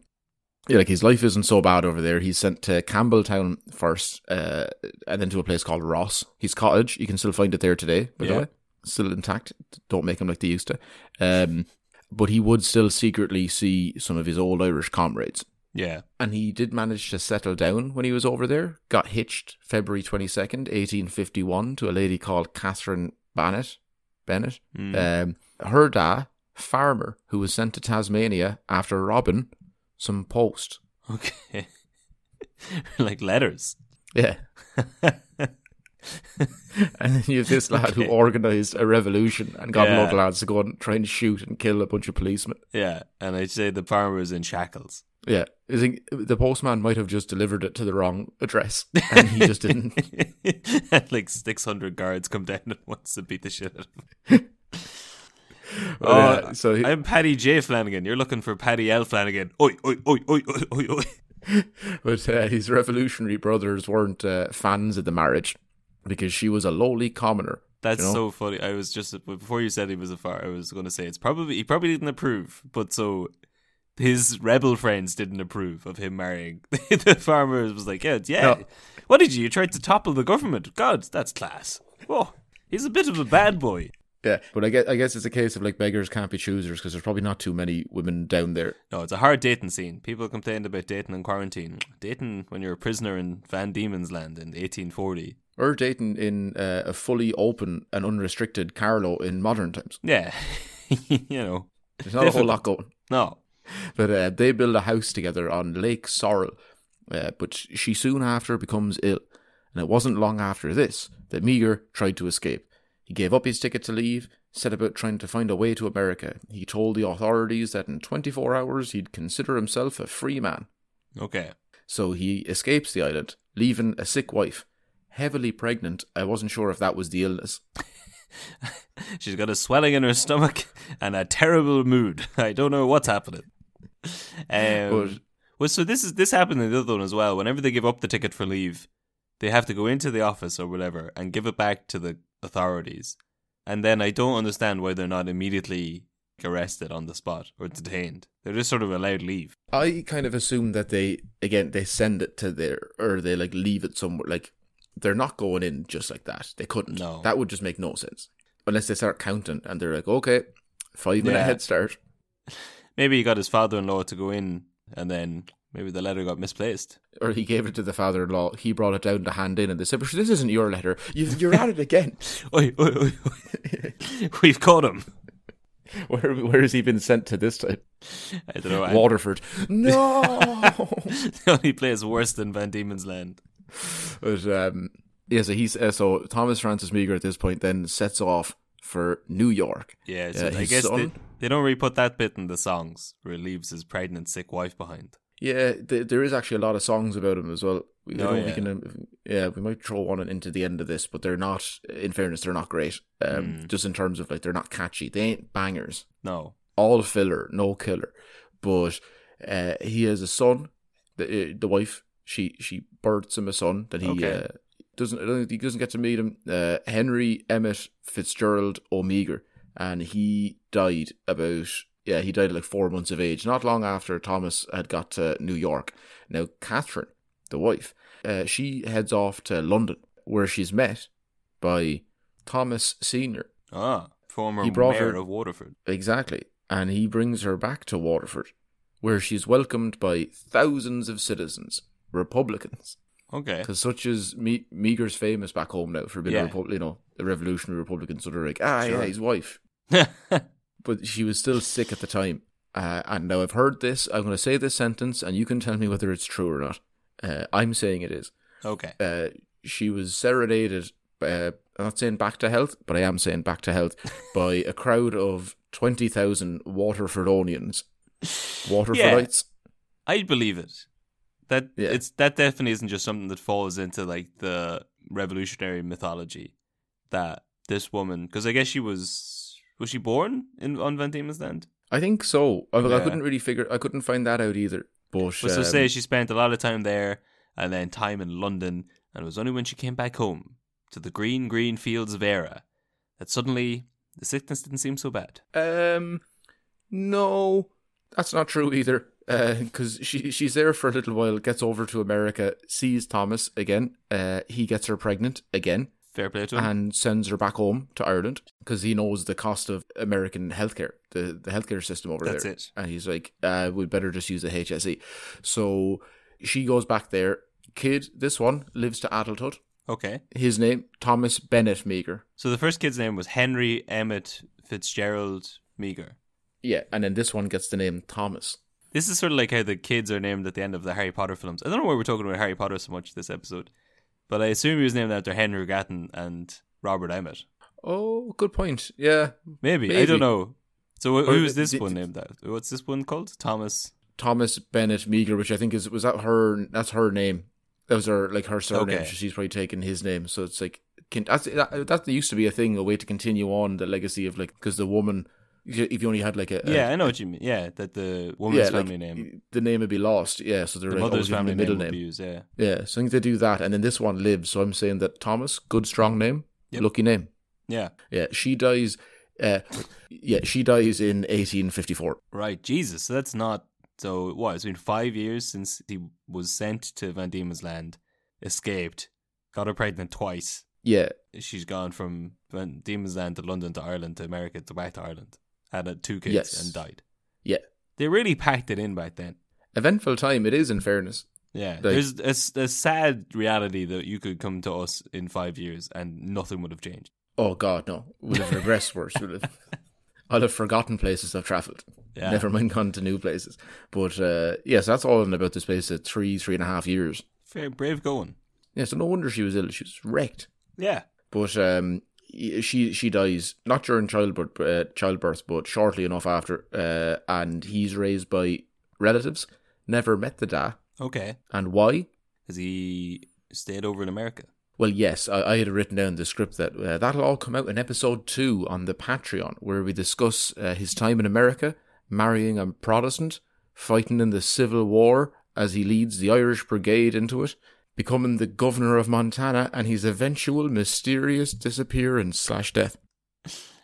yeah, like his life isn't so bad over there. He's sent to Campbelltown first, uh, and then to a place called Ross. His cottage, you can still find it there today, by Yeah. the way, still intact. Don't make him like they used to. Um, but he would still secretly see some of his old Irish comrades, Yeah. and he did manage to settle down when he was over there. Got hitched February twenty second, eighteen fifty one, to a lady called Catherine Bennett. Bennett, Hmm. um, her da farmer who was sent to Tasmania after robbing some post. Okay. like letters. Yeah, and then you have this lad who Okay. organised a revolution and got Yeah. local lads to go and try and shoot and kill a bunch of policemen. yeah, and I'd say the farmer was in shackles. Yeah, I think the postman might have just delivered it to the wrong address, and he just didn't. and like 600 guards come down and wants to beat the shit out of him. But, Oh, uh, so he- I'm Paddy J. Flanagan. You're looking for Paddy L. Flanagan. Oi, oi, oi, oi, oi, oi, oi. But uh, his revolutionary brothers weren't uh, fans of the marriage because she was a lowly commoner. That's you know? so funny. I was just before you said he was a far. I was going to say it's probably he probably didn't approve, but so his rebel friends didn't approve of him marrying the farmer. Was like, yeah, yeah. No. What did you? You tried to topple the government. God, that's class. Whoa, he's a bit of a bad boy. Yeah, but I guess I guess it's a case of like beggars can't be choosers because there's probably not too many women down there. No, it's a hard dating scene. People complained about dating in quarantine. Dating when you're a prisoner in Van Diemen's Land in 1840. Or dating in uh, a fully open and unrestricted Carlo in modern times. Yeah, you know, There's not a whole lot going. no. But uh, they build a house together on Lake Sorrel. Uh, but she soon after becomes ill. And it wasn't long after this that Meager tried to escape. He gave up his ticket to leave, set about trying to find a way to America. He told the authorities that in 24 hours he'd consider himself a free man. Okay. So he escapes the island, leaving a sick wife, heavily pregnant. I wasn't sure if that was the illness. She's got a swelling in her stomach and a terrible mood. I don't know what's happening. Um, But- well, so this is this happened in the other one as well. Whenever they give up the ticket for leave, they have to go into the office or whatever and give it back to the authorities. And then I don't understand why they're not immediately arrested on the spot or detained. They're just sort of allowed leave. I kind of assume that they again they send it to their or they like leave it somewhere like they're not going in just like that. They couldn't. No. That would just make no sense. Unless they start counting and they're like, okay, five minute Yeah. head start. Maybe he got his father-in-law to go in, and then maybe the letter got misplaced. Or he gave it to the father in law, he brought it down to hand in and they said, "But This isn't your letter. You, you're at it again. Oi, oi, oi, oi. We've caught him. Where, where has he been sent to this time? I don't know. I- Waterford. No! the only place worse than Van Diemen's Land. But um, yeah, so he's uh, so Thomas Francis Meager at this point then sets off for New York. Yeah, Yeah, so I his guess they, son- they don't really put that bit in the songs where he leaves his pregnant sick wife behind. Yeah, th- there is actually a lot of songs about him as well. We, I Oh, don't think we yeah. can, yeah, we might throw one into the end of this, but they're not. In fairness, they're not great. Hmm. Um, Just in terms of like, they're not catchy. They ain't bangers. No. All filler, no killer. But uh, he has a son. The uh, the wife she she births him a son that he Okay. uh, doesn't. I don't think he doesn't get to meet him. Uh, Henry Emmett Fitzgerald O'Meager, and he died about. Yeah, he died at like four months of age, not long after Thomas had got to New York. Now, Catherine, the wife, uh, she heads off to London, where she's met by Thomas Senior, Ah, former He brought mayor her- of Waterford. Exactly. And he brings her back to Waterford, where she's welcomed by thousands of citizens, Republicans, Okay. because such as Me- Meager's famous back home now for being a Yeah. Repu- you know, a revolutionary Republican, sort of like, ah, Sure. yeah, his wife. But she was still sick at the time. Uh, and now I've heard this. I'm going to say this sentence, and you can tell me whether it's true or not. Uh, I'm saying it is. okay. Uh, she was serenaded. Uh, I'm not saying back to health, but I am saying back to health by a crowd of twenty thousand Waterfordonians, Waterfordites. I'd believe it. That Yeah. it's that definitely isn't just something that falls into like the revolutionary mythology that this woman because I guess she was was she born in on Van Diemen's Land? I think so. I, I Yeah. couldn't really figure. I couldn't find that out either. But, But so um, say she spent a lot of time there and then time in London and it was only when she came back home to the green green fields of Era that suddenly the sickness didn't seem so bad. Um, no, that's not true either. Because she she's there for a little while, gets over to America, sees Thomas again. Uh, he gets her pregnant again, Fair play to him. and sends her back home to Ireland because he knows the cost of American healthcare, the the healthcare system over That's there. it. And he's like, uh, we better just use the HSE. So she goes back there. Kid, this one lives to adulthood. okay. His name Thomas Bennett Meager. So the first kid's name was Henry Emmett Fitzgerald Meager. Yeah, and then this one gets the name Thomas. This is sort of like how the kids are named at the end of the Harry Potter films. I don't know why we're talking about Harry Potter so much this episode, but I assume he was named after Henry Gatton and Robert Emmett. Oh, good point. Yeah, Maybe, I Maybe. don't know. So wh- Or who is the- this the- one named that? What's this one called? Thomas. Thomas Bennett Meager, which I think is was that her that's her name. That was her like her surname. Okay. So she's probably taken his name. So it's like can, that's that, that used to be a thing, a way to continue on the legacy of like because the woman, if you only had like a yeah, I know what you mean. Yeah, that the a, woman's Uh, like, family name, the name would be lost. Yeah, so they're the like always mother's using family the middle name, would name. be used, Yeah, Yeah, so I think they do that, and then this one lives. So I'm saying that Thomas, good strong name, Yep. lucky name. yeah. Yeah, she dies. Uh, yeah, she dies in 1854. Right, Jesus. So that's not. So what? It's been five years since he was sent to Van Diemen's Land, escaped, got her pregnant twice. Yeah, she's gone from Van Diemen's Land to London to Ireland to America to back to Ireland. Had uh, two kids Yes. and died. yeah. They really packed it in back then. Eventful time it is, in fairness. Yeah, They- there's a, s- a sad reality that you could come to us in five years and nothing would have changed. Oh God, no! Would have regressed worse. Would have. I'll have forgotten places I've travelled. Yeah. Never mind gone to new places. But uh, yes, that's all in about the space of three, three and a half years. Fair, brave going. Yeah, so no wonder she was ill. She was wrecked. Yeah, But um, y- she she dies not during childbirth, uh, childbirth, but shortly enough after. Uh, and he's raised by relatives. Never met the dad. okay. And why? Because he stayed over in America. Well, yes, I, I had written down the script that uh, that'll all come out in episode two on the Patreon, where we discuss uh, his time in America, marrying a Protestant, fighting in the Civil War as he leads the Irish Brigade into it, becoming the governor of Montana, and his eventual mysterious disappearance slash death.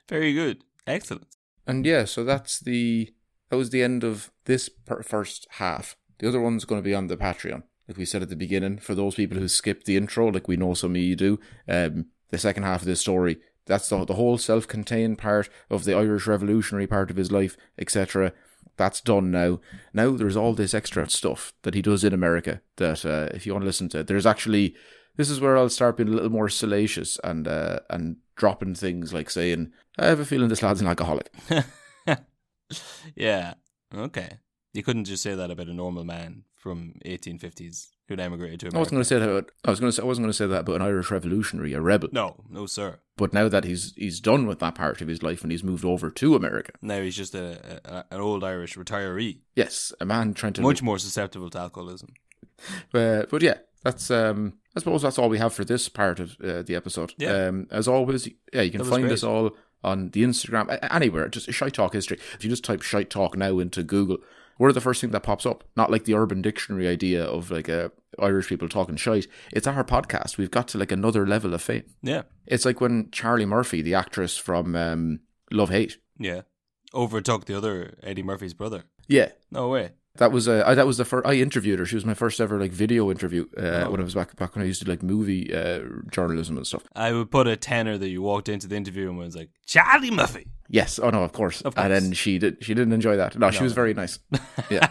Very good. Excellent. And yeah, so that's the that was the end of this per- first half. The other one's going to be on the Patreon, like we said at the beginning. For those people who skipped the intro, like we know some of you do, um, the second half of this story that's the the whole self-contained part of the Irish Revolutionary part of his life, etc. That's done now. Now there's all this extra stuff that he does in America. That uh, if you want to listen to, it, there's actually this is where I'll start being a little more salacious and uh, and dropping things like saying, "I have a feeling this lad's an alcoholic." yeah. Okay. You couldn't just say that about a normal man from 1850s who'd emigrated to I wasn't America. going to say that. about- I was going to. Say, I wasn't going to say that about an Irish revolutionary, a rebel. No, no, sir. But now that he's he's done with that part of his life and he's moved over to America, Now he's just a, a an old Irish retiree, yes, a man trying to much more susceptible to alcoholism. Uh, but yeah, that's um. I suppose that's all we have for this part of uh, the episode. Yeah. Um, as always, yeah, you can That was find great. us all on the Instagram, a- anywhere. Just Shite Talk History. If you just type Shite Talk now into Google, we're the first thing that pops up. Not like the Urban Dictionary idea of like uh, Irish people talking shite. It's our podcast. We've got to like another level of fame. Yeah. It's like when Charlie Murphy, the actress from um, Love Hate. Yeah. Overtook the other Eddie Murphy's brother. Yeah, No way. That was uh, I, that was the first I interviewed her. She was my first ever like video interview uh, Oh. when I was back back when I used to do, like movie uh, journalism and stuff. I would put a tenner that you walked into the interview and was like, Charlie Murphy. Yes, oh no, of course. Of And course. then she did she didn't enjoy that. No, she was very nice. Yeah,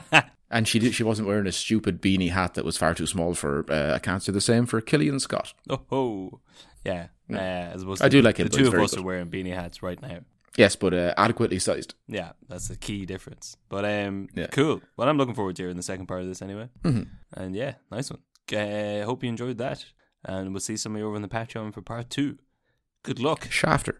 and she did, she wasn't wearing a stupid beanie hat that was far too small for. Uh, I can't do the same for Killian Scott. Oh, ho. yeah. Uh, as opposed to I do like the him, but two he's of very us good. are wearing beanie hats right now. Yes, but uh, adequately sized. Yeah, that's the key difference. But um, Yeah. cool. Well, I'm looking forward to hearing the second part of this anyway. And yeah, nice one. Uh, hope you enjoyed that. And we'll see some of you over on the Patreon for part two. Good luck. Shafter.